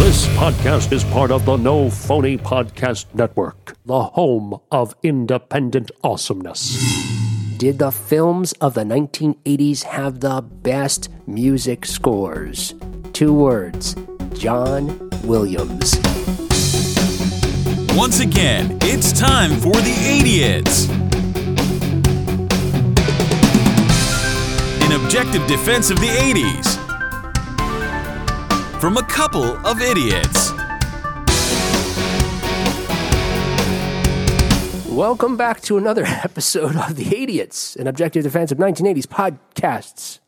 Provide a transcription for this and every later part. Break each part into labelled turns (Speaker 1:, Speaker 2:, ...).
Speaker 1: This podcast is part of the No Phony Podcast Network, the home of independent awesomeness.
Speaker 2: Did the films of the 1980s have the best music scores? Two words John Williams.
Speaker 3: Once again, it's time for the 80s. An objective defense of the 80s from a couple of idiots.
Speaker 2: Welcome back to another episode of The Idiots, an objective defense of 1980s podcasts.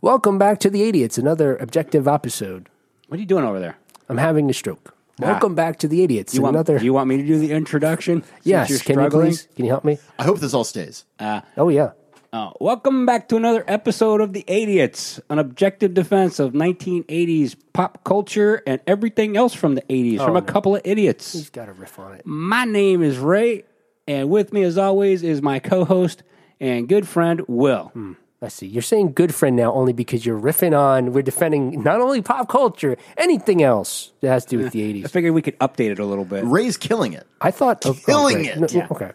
Speaker 2: Welcome back to The Idiots, another objective episode.
Speaker 4: What are you doing over there?
Speaker 2: I'm having a stroke. Welcome back to The Idiots,
Speaker 4: Ah. You want,
Speaker 2: another.
Speaker 4: you want me to do the introduction? since
Speaker 2: yes,
Speaker 4: you're
Speaker 2: can you
Speaker 4: struggling?
Speaker 2: please? Can you help me?
Speaker 5: I hope this all stays.
Speaker 2: Oh, yeah.
Speaker 4: Uh, welcome back to another episode of The Idiots, an objective defense of 1980s pop culture and everything else from the 80s
Speaker 2: Oh,
Speaker 4: from a couple of idiots.
Speaker 2: He's got a riff on it.
Speaker 4: My name is Ray, and with me, as always, is my co host and good friend, Will.
Speaker 2: I see. You're saying good friend now only because you're riffing on, we're defending not only pop culture, anything else that has to do with the 80s.
Speaker 4: I figured we could update it a little bit.
Speaker 5: Ray's killing it.
Speaker 2: I thought of
Speaker 5: Killing
Speaker 2: great.
Speaker 5: it.
Speaker 2: No, Okay,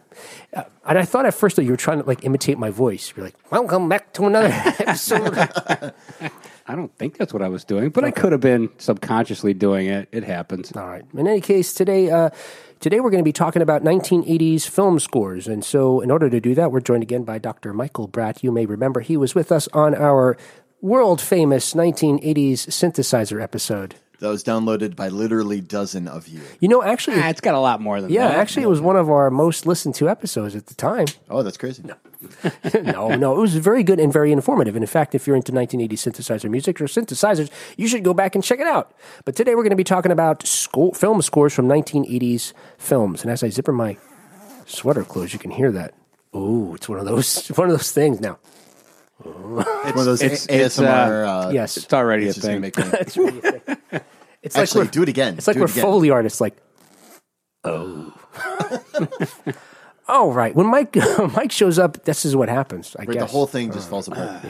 Speaker 2: Uh, and I thought at first that you were trying to like imitate my voice. You're like, "Welcome back to another episode."
Speaker 4: I don't think that's what I was doing, but I could have been subconsciously doing it. It happens.
Speaker 2: All right. In any case, today, uh, today we're going to be talking about 1980s film scores, and so in order to do that, we're joined again by Dr. Michael Bratt. You may remember he was with us on our world famous 1980s synthesizer episode.
Speaker 5: That was downloaded by literally dozen of you.
Speaker 2: You know, actually.
Speaker 4: Ah, it's got a lot more than
Speaker 2: yeah,
Speaker 4: that.
Speaker 2: actually, it was one of our most listened to episodes at the time.
Speaker 5: Oh, that's crazy.
Speaker 2: no, no, it was very good and very informative. And in fact, if you're into 1980 synthesizer music or synthesizers, you should go back and check it out. But today we're going to be talking about sco- film scores from 1980s films. And as I zipper my sweater clothes, you can hear that. Oh, it's one of those one of those things now.
Speaker 5: It's one of those
Speaker 4: it's-
Speaker 5: A-
Speaker 4: it's,
Speaker 5: ASMR. Uh,
Speaker 2: Yes,
Speaker 4: It's already
Speaker 5: it's
Speaker 4: a
Speaker 5: just
Speaker 4: thing.
Speaker 5: gonna make me-
Speaker 2: it's
Speaker 5: Actually,
Speaker 2: we're-
Speaker 5: do it again.
Speaker 2: It's like
Speaker 5: Do it
Speaker 2: we're
Speaker 5: again.
Speaker 2: Foley artists. Like, oh, all right. When Mike Mike shows up, this is what happens. I
Speaker 5: The
Speaker 2: guess
Speaker 5: whole thing
Speaker 2: Uh,
Speaker 5: just falls apart.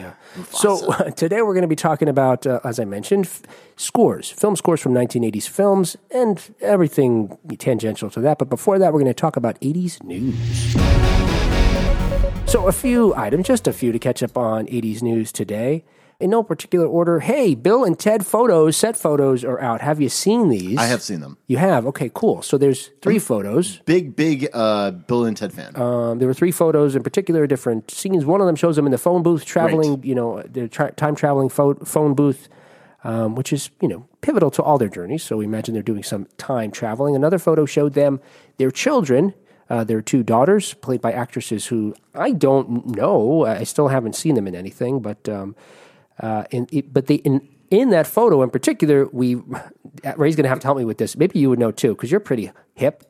Speaker 2: So today we're going to be talking about, uh, as I mentioned, f- scores, film scores from 1980s films, and everything tangential to that. But before that, we're going to talk about 80s news. So a few items, just a few to catch up on 80s news today. In no particular order. Hey, Bill and Ted photos, set photos are out. Have you seen these?
Speaker 5: I have Mm-hmm. seen them.
Speaker 2: You have. Okay, cool. So there's three photos.
Speaker 5: Big, big uh, Bill and Ted fan.
Speaker 2: Um, there were three photos in particular, different scenes. One of them shows them in the phone booth traveling, you know, the tra- time traveling pho- phone booth, um, which is, you know, pivotal to all their journeys. So we imagine they're doing some time traveling. Another photo showed them their children, uh, their two daughters, played by actresses who I don't know. I still haven't seen them in anything, but. Um, uh, and it, but they in in that photo in particular, we Ray's going to have to help me with this. Maybe you would know too, because you're pretty hip.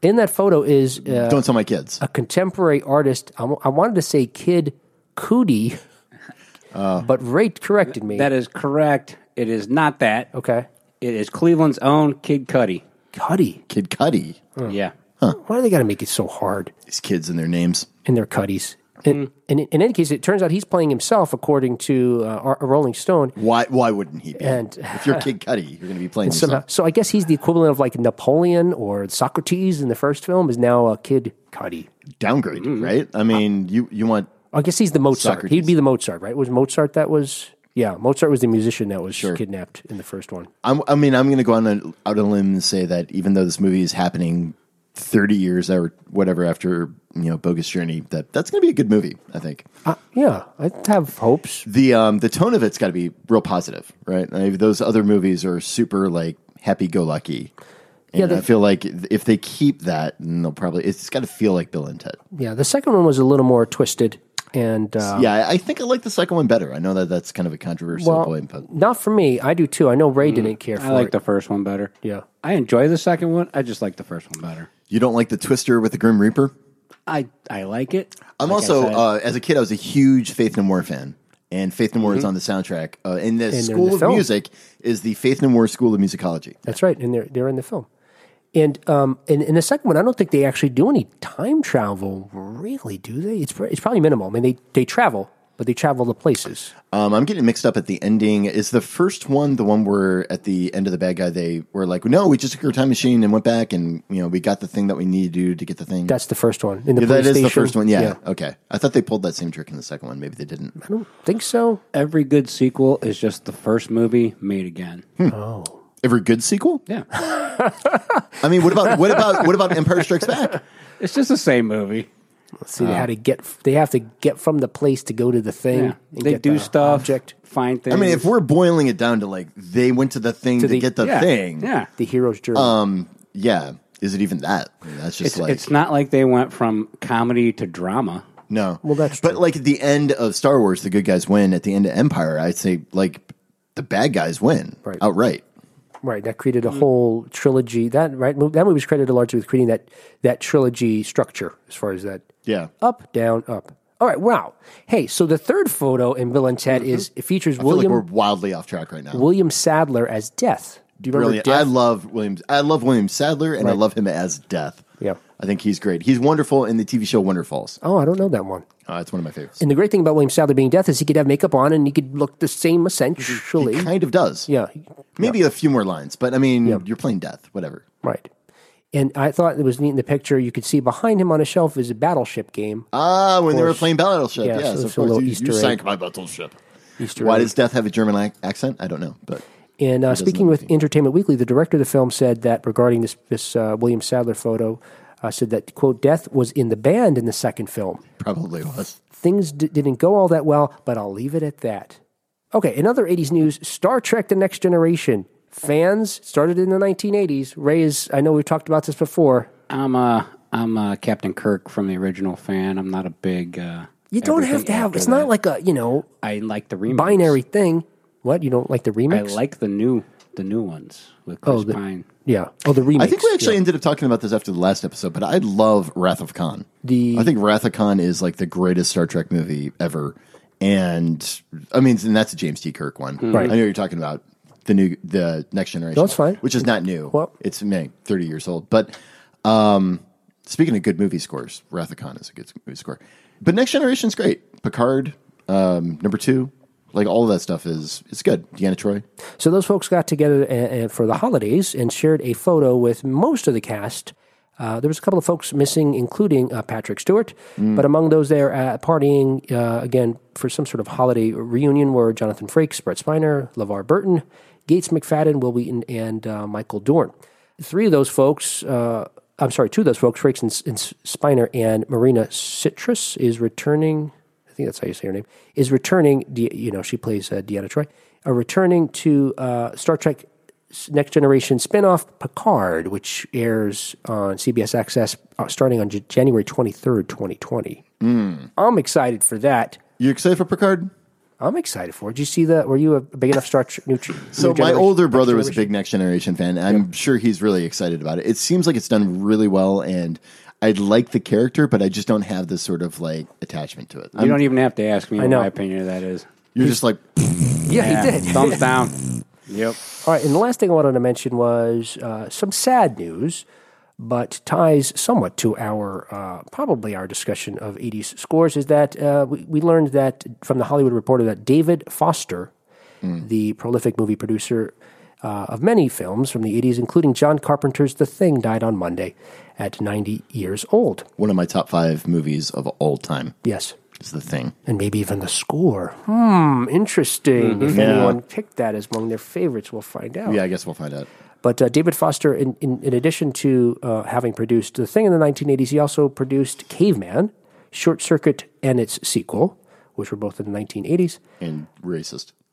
Speaker 2: In that photo is uh,
Speaker 5: Don't tell my kids.
Speaker 2: a contemporary artist. I, w- I wanted to say Kid Cootie, but Ray corrected me.
Speaker 4: That is correct. It is not that.
Speaker 2: okay,
Speaker 4: It is Cleveland's own Kid Cudi.
Speaker 2: Cuddy.
Speaker 5: Kid Cuddy.
Speaker 4: Yeah.
Speaker 2: Why do they got to make it so hard
Speaker 5: These kids and their names.
Speaker 2: in their cuddies? And,
Speaker 4: Hmm.
Speaker 2: and in, in any case, it turns out he's playing himself, according to uh, our- our Rolling Stone.
Speaker 5: Why? Why wouldn't he be?
Speaker 2: And-
Speaker 5: if you're Kid Cuddy, you're going to be playing
Speaker 2: Somehow,
Speaker 5: yourself.
Speaker 2: so I guess he's the equivalent of like Napoleon or Socrates in the first film is now a Kid Cuddy.
Speaker 5: downgrade,
Speaker 2: Mm-hmm.
Speaker 5: right? I mean, you you want
Speaker 2: I guess he's the Mozart.
Speaker 5: Socrates.
Speaker 2: He'd be the Mozart, right? Was Mozart that was? Yeah, Mozart was the musician that was kidnapped in the first one. Uh, yeah, I have hopes.
Speaker 5: the um, the tone of it's got to be real positive, right? I mean, those other movies are super like happy go lucky.
Speaker 2: Yeah,
Speaker 5: And
Speaker 2: they-
Speaker 5: I feel like if they keep that, then they'll probably it's got to feel like Bill and Ted.
Speaker 2: Yeah, the second one was a little more twisted, and uh,
Speaker 5: yeah, I- I think I like the second one better. I know that that's kind of a Mm-hmm. controversial
Speaker 2: well,
Speaker 5: point, but
Speaker 2: not for me. I do too. I know Ray didn't care for
Speaker 4: I like
Speaker 2: it.
Speaker 4: the first one better.
Speaker 2: Yeah.
Speaker 4: I enjoy the second one. I just like the first one better.
Speaker 5: you don't like the Twister with the Grim Reaper.
Speaker 4: I, I like it.
Speaker 5: I'm
Speaker 4: Like I
Speaker 5: also
Speaker 4: said.
Speaker 5: uh, as a kid, I was a huge Faith No More fan, and Faith No More is on the soundtrack. Uh, and the
Speaker 2: in
Speaker 5: School
Speaker 2: the
Speaker 5: of
Speaker 2: film.
Speaker 5: Music is the Faith No More School of Musicology.
Speaker 2: That's right, and they're they're in the film. And um, in, in the second one, I don't think they actually do any time travel, really, do they? It's pr- it's probably minimal. I mean, they they travel, but they travel to places.
Speaker 5: Um, I'm getting mixed up at the ending. Is the first one the one where at the end of the bad guy they were like, no, we just took our time machine and went back and you know we got the thing that we needed to do to get the thing.
Speaker 2: That's the first one. In the
Speaker 5: yeah, that
Speaker 2: police
Speaker 5: is the
Speaker 2: station.
Speaker 5: first one. Yeah. Okay. I thought they pulled that same trick in the second one. Maybe they didn't.
Speaker 2: I don't think so.
Speaker 4: Every good sequel is just the first movie made again.
Speaker 2: Hmm.
Speaker 5: Every good sequel.
Speaker 4: Yeah.
Speaker 5: I mean, what about what about what about Empire Strikes Back?
Speaker 4: It's just the same movie.
Speaker 2: See,
Speaker 5: Uh.
Speaker 2: they had to get. They have to get from the place to go to the thing.
Speaker 4: Yeah.
Speaker 2: and
Speaker 4: They
Speaker 2: get
Speaker 4: do
Speaker 2: the
Speaker 4: stuff,
Speaker 2: Object.
Speaker 4: find things.
Speaker 5: I mean, if we're boiling it down to like they went to the thing to,
Speaker 2: the-
Speaker 5: get the
Speaker 4: yeah,
Speaker 5: thing.
Speaker 4: Yeah.
Speaker 2: The hero's journey.
Speaker 5: Yeah. Is it even that? I mean, that's just
Speaker 4: It's,
Speaker 5: like
Speaker 4: it's not like they went from comedy to drama.
Speaker 5: no.
Speaker 2: Well, that's
Speaker 5: but
Speaker 2: true.
Speaker 5: like at the end of Star Wars, the good guys win. At the end of Empire, I'd say like the bad guys win
Speaker 2: Right.
Speaker 5: outright.
Speaker 2: right. That created a
Speaker 5: Mm.
Speaker 2: whole trilogy. That right. mo- That movie was credited largely with creating that that trilogy structure as far as that.
Speaker 5: Yeah.
Speaker 2: Up, down, up. All right. Wow. Hey. So the third photo in Bill and Ted is it features
Speaker 5: Mm-hmm. I feel like
Speaker 2: William
Speaker 5: we're wildly off track right now.
Speaker 2: William Sadler as Death. Do you remember
Speaker 5: Brilliant. I love Williams. I love William Sadler, and I love him as Death.
Speaker 2: Yeah.
Speaker 5: I think he's great. He's wonderful in the TV show Wonder Falls.
Speaker 2: oh, I don't know that one.
Speaker 5: Uh, it's one of my favorites.
Speaker 2: And the great thing about William Sadler being Death is he could have makeup on and he could look the same essentially.
Speaker 5: He kind of does.
Speaker 2: yeah.
Speaker 5: Maybe a few more lines, but I mean, you're playing Death. Whatever.
Speaker 2: Right. And I thought it was neat in the picture. You could see behind him on a shelf is a battleship game.
Speaker 5: Ah, when they were playing Battleship.
Speaker 2: Yeah,
Speaker 5: yes,
Speaker 2: so
Speaker 5: of
Speaker 2: it's a little
Speaker 5: course. You,
Speaker 2: Easter
Speaker 5: you
Speaker 2: egg.
Speaker 5: sank my battleship.
Speaker 2: Easter
Speaker 5: Why
Speaker 2: egg.
Speaker 5: does Death have a German ac- accent? I don't know, but
Speaker 2: And uh, speaking with Entertainment Weekly, the director of the film said that regarding this this uh, William Sadler photo, uh, said that quote Death was in the band in the second film.
Speaker 5: probably was.
Speaker 2: Things d- didn't go all that well, but I'll leave it at that. Okay, in other 80s news, Star Trek The Next Generation. Fans started in the 1980s. Ray is, I know we've talked about this before.
Speaker 4: I'm a, I'm a Captain Kirk from the original fan. I'm not a big. Uh,
Speaker 2: You don't have
Speaker 4: everything
Speaker 2: to have,
Speaker 4: after
Speaker 2: it's
Speaker 4: that.
Speaker 2: not like a, you know,
Speaker 4: I like the remix.
Speaker 2: binary thing. What? You don't like the remix?
Speaker 4: I like the new the new ones with Chris
Speaker 2: the-
Speaker 4: Pine.
Speaker 2: Yeah. Oh, the remix.
Speaker 5: I think we actually
Speaker 2: yeah.
Speaker 5: ended up talking about this after the last episode, but I love Wrath of Khan.
Speaker 2: The-
Speaker 5: I think Wrath of Khan is like the greatest Star Trek movie ever, and I mean, and that's a James T. Kirk one. Right. I know you're talking about the new, the next generation.
Speaker 2: No, it's fine.
Speaker 5: Which is not new.
Speaker 2: Well-
Speaker 5: it's man, 30 years old. But um, speaking of good movie scores, Wrath of Khan is a good movie score. But next generation's great. Picard, um, number two, like all of that stuff is it's good. Deanna Troy.
Speaker 2: So those folks got together uh, uh, for the holidays and shared a photo with most of the cast. Uh, there was a couple of folks missing, including uh, Patrick Stewart, but among those there uh, partying uh, again for some sort of holiday reunion were Jonathan Frakes, Brett Spiner, LeVar Burton, Gates McFadden, Will Wheaton, and uh, Michael Dorn. Three of those folks, uh, I'm sorry, two of those folks, Frakes and, S- and S- Spiner and Marina Citrus is returning I think that's how you say her name, is returning. De- You know, she plays uh, Deanna Troy. Are returning to uh, Star Trek Next Generation spinoff Picard, which airs on CBS Access uh, starting on J- January twenty third, twenty twenty.
Speaker 5: Hmm.
Speaker 2: I'm excited for that.
Speaker 5: You excited for Picard?
Speaker 2: I'm excited for it. Did you see that? Were you a big enough Star Trek? New,
Speaker 5: So my older brother was a big Next Generation fan. And I'm sure he's really excited about it. It seems like it's done really well, and I like the character, but I just don't have this sort of like attachment to it.
Speaker 4: You don't even have to ask me what
Speaker 2: know.
Speaker 4: my opinion of that is.
Speaker 5: You're just like
Speaker 2: Yeah, he did.
Speaker 4: Thumbs down. Yep.
Speaker 2: All right, and the last thing I wanted to mention was uh, some sad news, but ties somewhat to our uh, probably our discussion of 80s scores. Is that uh, we, we learned that from the Hollywood Reporter that David Foster, the prolific movie producer uh, of many films from the 80s, including John Carpenter's The Thing, died on Monday at 90 years old.
Speaker 5: one of my top five movies of all time.
Speaker 2: Yes.
Speaker 5: Is the thing.
Speaker 2: And maybe even the score. Hmm, interesting. If anyone picked that as among their favorites, we'll find out.
Speaker 5: Yeah, I guess we'll find out.
Speaker 2: But uh, David Foster, in, in, in addition to uh, having produced The Thing in the 1980s, he also produced Caveman, Short Circuit, and its sequel, which were both in the 1980s.
Speaker 5: And racist.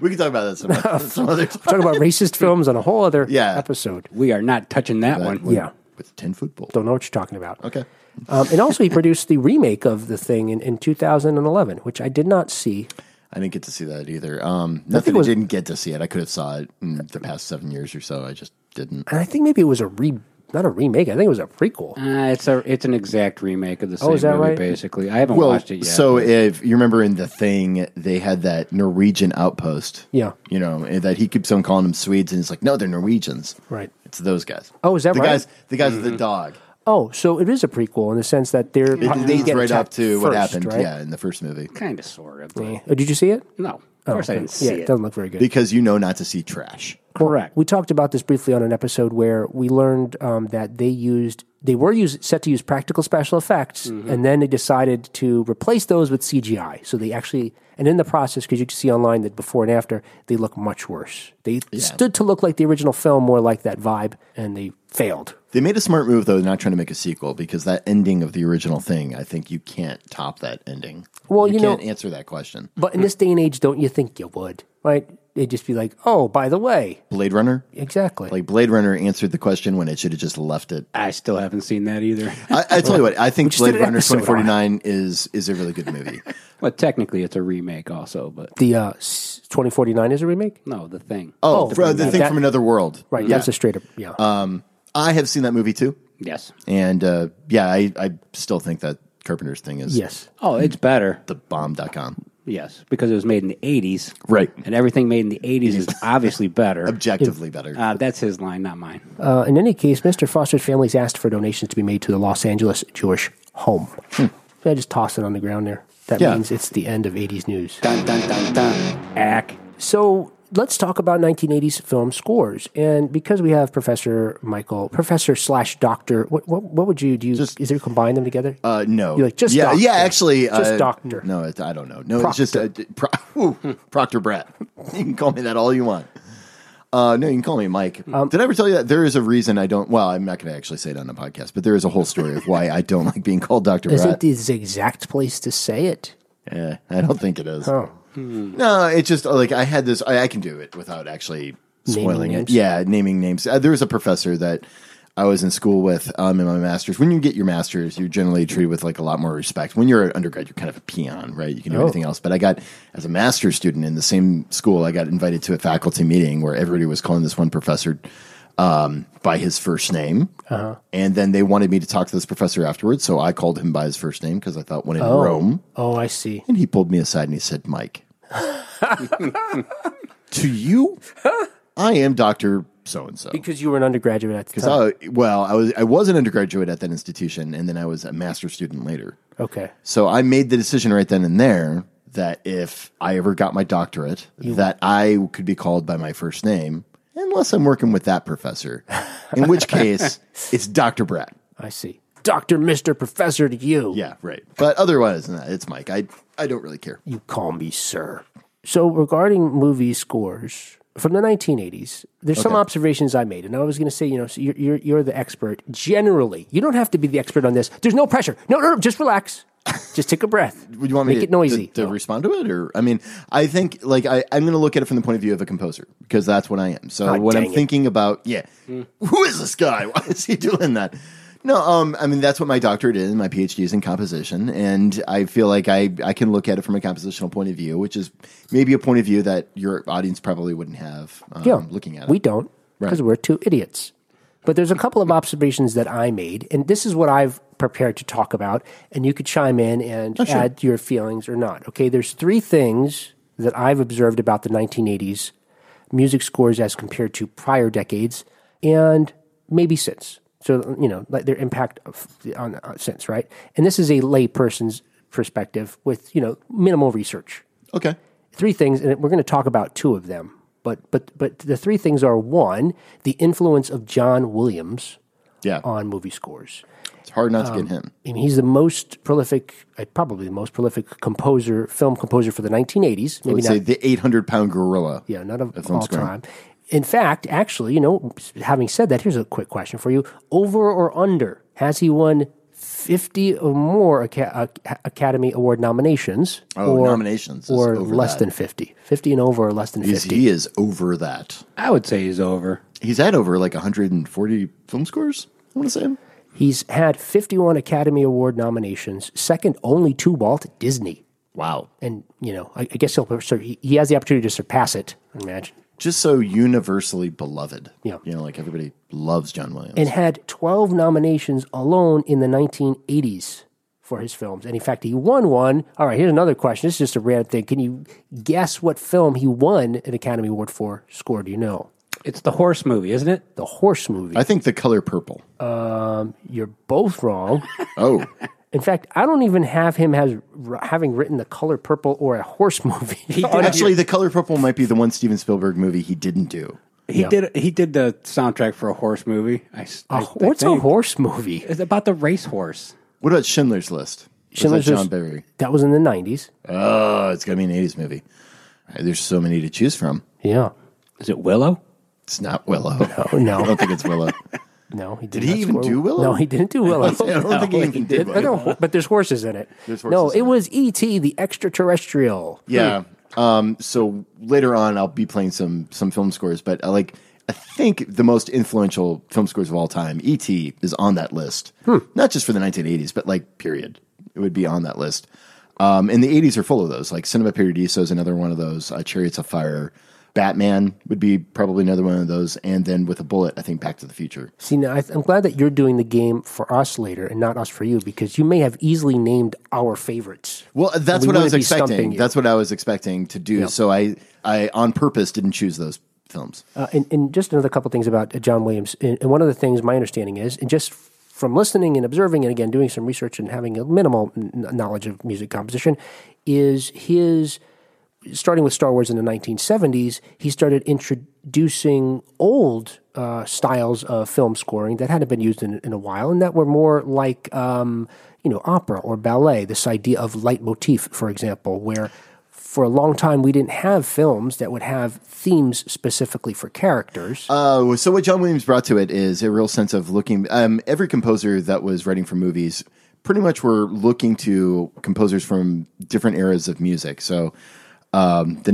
Speaker 5: we can talk about that some, some other time.
Speaker 2: Talk about racist films on a whole other
Speaker 5: Yeah.
Speaker 2: episode.
Speaker 4: We are not touching that one.
Speaker 2: Yeah.
Speaker 5: With ten football.
Speaker 2: Don't know what you're talking about.
Speaker 5: Okay.
Speaker 2: Um, and also, he produced the remake of The Thing in, in 2011, which I did not see.
Speaker 5: I didn't get to see that either. Um, nothing. I
Speaker 2: was-
Speaker 5: didn't get to see it. I could have saw it in the past seven years or so. I just didn't.
Speaker 2: And I think maybe it was a re. Not a remake. I think it was a prequel.
Speaker 4: Uh, it's a it's an exact remake of the same
Speaker 2: Oh, is that
Speaker 4: movie,
Speaker 2: right?
Speaker 4: basically. I haven't
Speaker 5: Well,
Speaker 4: watched it yet.
Speaker 5: so if you remember in the thing, they had that Norwegian outpost.
Speaker 2: Yeah.
Speaker 5: you know and that he keeps on calling them Swedes, and it's like, no, they're Norwegians.
Speaker 2: Right.
Speaker 5: It's those guys.
Speaker 2: Oh, is that
Speaker 5: the
Speaker 2: right?
Speaker 5: Guys, the guys with the dog.
Speaker 2: Oh, so it is a prequel in the sense that they're
Speaker 5: It
Speaker 2: they
Speaker 5: leads
Speaker 2: get
Speaker 5: right up
Speaker 2: attacked
Speaker 5: to what
Speaker 2: first,
Speaker 5: happened,
Speaker 2: right?
Speaker 5: yeah, in the first movie.
Speaker 4: Kind of, sort of.
Speaker 2: Oh, did you see it?
Speaker 4: No, of course I didn't see
Speaker 2: Oh, yeah,
Speaker 4: it.
Speaker 2: doesn't look very good.
Speaker 5: Because you know not to see trash.
Speaker 4: Correct.
Speaker 2: We talked about this briefly on an episode where we learned um, that they used they were used, set to use practical special effects,
Speaker 5: Mm-hmm.
Speaker 2: and then they decided to replace those with CGI. So they actually, and in the process, because you can see online that before and after, they look much worse. They stood to look like the original film, more like that vibe, and they failed.
Speaker 5: They made a smart move though, not trying to make a sequel because that ending of the original thing, I think you can't top that ending.
Speaker 2: Well, you know-
Speaker 5: can't answer that question.
Speaker 2: But in this day and age, don't you think you would? Right? They'd just be like, "Oh, by the way,
Speaker 5: Blade Runner,
Speaker 2: exactly."
Speaker 5: like Blade Runner, answered the question when it should have just left it.
Speaker 4: I still haven't seen that either.
Speaker 5: I, I tell you what, I think
Speaker 2: just
Speaker 5: Blade
Speaker 2: did an
Speaker 5: Runner
Speaker 2: episode on
Speaker 5: twenty
Speaker 2: it.
Speaker 5: forty nine is is a really good movie.
Speaker 4: well, technically, it's a remake also, but
Speaker 2: the uh, s- 2049 is a remake,
Speaker 4: no, the thing.
Speaker 5: Oh, fro- the thing
Speaker 2: That-
Speaker 5: from another world,
Speaker 2: right?
Speaker 5: Yeah, Uh,
Speaker 2: That's a straight up, yeah.
Speaker 5: I have seen that movie too,
Speaker 4: yes.
Speaker 5: and uh, yeah, I, I still think that Carpenter's thing is
Speaker 2: yes.
Speaker 4: Oh, it's better.
Speaker 5: the bomb.com.
Speaker 4: Yes, because it was made in the '80s,
Speaker 5: Right.
Speaker 4: And everything made in the '80s is obviously better.
Speaker 5: Objectively better.
Speaker 4: Uh, that's his line, not mine.
Speaker 2: Uh, in any case, Mr. Foster's family's asked for donations to be made to the Los Angeles Jewish Home. So I just toss it on the ground there. That
Speaker 5: Hmm. Yeah.
Speaker 2: means it's the end of 80s news.
Speaker 4: Dun dun dun dun. Ack.
Speaker 2: So let's talk about 1980s film scores. And because we have Professor Michael, Professor slash Doctor, what, what, what would you do? You, is there combine them together?
Speaker 5: Uh, no,
Speaker 2: You're like, just
Speaker 5: yeah,
Speaker 2: doctor.
Speaker 5: yeah. Actually,
Speaker 2: Just
Speaker 5: uh,
Speaker 2: doctor.
Speaker 5: No, it's, I don't know. No, it's just uh, d- pro- ooh, Proctor Brett. You can call me that all you want. Uh, no, you can call me Mike.
Speaker 2: Um,
Speaker 5: Did I ever tell you that there is a reason I don't? Well, I'm not going to actually say it on the podcast, but there is a whole story of why I don't like being called Doctor
Speaker 2: is it
Speaker 5: Brett.
Speaker 2: the exact place to say it? Oh.
Speaker 5: Eh, I don't think it is. No, it just like I had this. I, I can do it without actually spoiling it.
Speaker 2: names?
Speaker 5: Yeah, naming names. Uh, there was a professor that I was in school with um, in my master's. When you get your master's, you're generally treated with like a lot more respect. When you're an undergrad, you're kind of a peon, right? You can
Speaker 2: Oh.
Speaker 5: do anything else. But I got as a master's student in the same school, I got invited to a faculty meeting where everybody was calling this one professor um, by his first name,
Speaker 2: Uh-huh.
Speaker 5: and then they wanted me to talk to this professor afterwards. So I called him by his first name because I thought when in Rome.
Speaker 2: Oh, I see.
Speaker 5: And he pulled me aside and he said, Mike, to you, I am Dr. So and so.
Speaker 2: Because you were an undergraduate at the time.
Speaker 5: So, well, I was I was an undergraduate at that institution, and then I was a master's student later.
Speaker 2: okay.
Speaker 5: So I made the decision right then and there that if I ever got my doctorate, that I could be called by my first name, unless I'm working with that professor, in which case it's Dr. Brett.
Speaker 2: I see. Doctor, Mr. Professor to you.
Speaker 5: Yeah, right. But otherwise, than that, it's Mike. I I don't really care.
Speaker 2: You call me sir. So regarding movie scores from the 1980s, there's some observations I made, and I was going to say, you know, so you're, you're you're the expert. Generally, you don't have to be the expert on this. There's no pressure. No, no, no just relax. Just take a breath.
Speaker 5: Would you want me
Speaker 2: make
Speaker 5: to
Speaker 2: it noisy?
Speaker 5: to, to respond to it, or I mean, I think like I, I'm going to look at it from the point of view of a composer because that's what I am. So
Speaker 2: God
Speaker 5: when I'm
Speaker 2: dang it. Hmm.
Speaker 5: thinking about, yeah, who is this guy? Why is he doing that? No, um, I mean that's what my doctorate is. My PhD is in composition, and I feel like I I can look at it from a compositional point of view, which is maybe a point of view that your audience probably wouldn't have. Um,
Speaker 2: yeah,
Speaker 5: looking at
Speaker 2: we
Speaker 5: it,
Speaker 2: don't because
Speaker 5: Right.
Speaker 2: we're two idiots. But there's a couple of observations that I made, and this is what I've prepared to talk about, and you could chime in and
Speaker 5: Oh,
Speaker 2: add your feelings or not. Okay, there's three things that I've observed about the 1980s music scores as compared to prior decades, and maybe since. So you know, like their impact of, on uh, since, right? And this is a layperson's perspective with you know minimal research
Speaker 5: okay.
Speaker 2: three things, and we're going to talk about two of them. But but but the three things are one, the influence of John Williams
Speaker 5: Yeah,
Speaker 2: on um, movie scores.
Speaker 5: it's hard not to get him.
Speaker 2: I mean, he's the most prolific, uh, probably the most prolific composer, film composer for the 1980s.
Speaker 5: I
Speaker 2: Maybe not,
Speaker 5: would say the 800 pound gorilla.
Speaker 2: yeah, not of
Speaker 5: film
Speaker 2: all
Speaker 5: scoring.
Speaker 2: time. In fact, actually, you know, having said that, here's a quick question for you: Over or under? Has he won 50 or more Aca- Ac- Academy Award nominations,
Speaker 5: Oh,
Speaker 2: or
Speaker 5: nominations is
Speaker 2: or
Speaker 5: over
Speaker 2: less
Speaker 5: that.
Speaker 2: than 50? 50 and over, or less than 50?
Speaker 5: He's, he is over that.
Speaker 4: I would say he's over.
Speaker 5: he's had over like 140 film scores. I want to say
Speaker 2: He's had 51 Academy Award nominations, second only to Walt Disney.
Speaker 5: Wow.
Speaker 2: And, you know, I, I guess he'll, so he, he has the opportunity to surpass it, I imagine.
Speaker 5: Just so universally beloved.
Speaker 2: Yeah.
Speaker 5: You know, like everybody loves John Williams.
Speaker 2: And had 12 nominations alone in the 1980s for his films. And in fact, he won one. All right, here's another question. This is just a random thing. Can you guess what film he won an Academy Award for? Score, do you know?
Speaker 4: It's the horse movie, isn't it?
Speaker 2: The horse movie.
Speaker 5: I think the color purple.
Speaker 2: You're both wrong.
Speaker 5: Oh,
Speaker 2: In fact, I don't even have him as r- having written the color purple or a horse movie.
Speaker 5: actually, the color purple might be the one Steven Spielberg movie he didn't do.
Speaker 4: He
Speaker 2: Yeah.
Speaker 4: did. He did the soundtrack for a horse movie. I, s- I- I
Speaker 2: What's a
Speaker 4: think.
Speaker 2: horse movie?
Speaker 4: It's about the racehorse.
Speaker 5: What about Schindler's List? Or is
Speaker 2: Schindler's
Speaker 5: that John
Speaker 2: List-
Speaker 5: Barry.
Speaker 2: That was in the '90s.
Speaker 5: Oh, it's got to be an '80s movie. There's so many to choose from.
Speaker 2: Yeah. Oh,
Speaker 4: Is it Willow?
Speaker 5: It's not Willow. No,
Speaker 2: no.
Speaker 5: I don't think it's Willow.
Speaker 2: No, he did.
Speaker 5: Did he
Speaker 2: not
Speaker 5: even
Speaker 2: score-
Speaker 5: do Willow?
Speaker 2: No, he didn't do Willow.
Speaker 5: I don't think he even did.
Speaker 2: But, there
Speaker 5: Willow.
Speaker 2: are- but there's horses in it.
Speaker 5: There's
Speaker 2: no,
Speaker 5: horses
Speaker 2: it
Speaker 5: in it.
Speaker 2: was E.T. the extraterrestrial.
Speaker 5: Yeah. Um, so later on, I'll be playing some some film scores, but I like I think the most influential film scores of all time, E.T., is on that list.
Speaker 2: Hmm.
Speaker 5: Not just for the 1980s, but like period, it would be on that list. Um, and the 80s are full of those. Like Cinema Paradiso is another one of those. Uh, Chariots of Fire, Batman would be probably another one of those. And then with a bullet, I think Back to the Future.
Speaker 2: See, now I, I'm glad that you're doing the game for us later and not us for you because you may have easily named our favorites.
Speaker 5: Well, that's
Speaker 2: We
Speaker 5: what
Speaker 2: wouldn't
Speaker 5: I was
Speaker 2: be stumping
Speaker 5: expecting.
Speaker 2: you.
Speaker 5: That's what I was expecting to do. So I, I on purpose didn't choose those films.
Speaker 2: Uh, and, and just another couple things about uh, John Williams. And, and one of the things my understanding is, and just from listening and observing, and again doing some research and having a minimal n- n- knowledge of music composition, is his starting with Star Wars in the 1970s. He started introducing old uh, styles of film scoring that hadn't been used in, in a while, and that were more like um, you know opera or ballet. This idea of leitmotif, for example, where for a long time we didn't have films that would have themes specifically for characters.
Speaker 5: Oh, so what John Williams brought to it is a real sense of looking. Um, every composer that was writing for movies pretty much were looking to composers from different eras of music. So um, the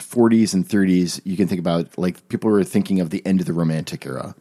Speaker 5: 1940s and 30s, you can think about like people were thinking of the end of the Romantic era.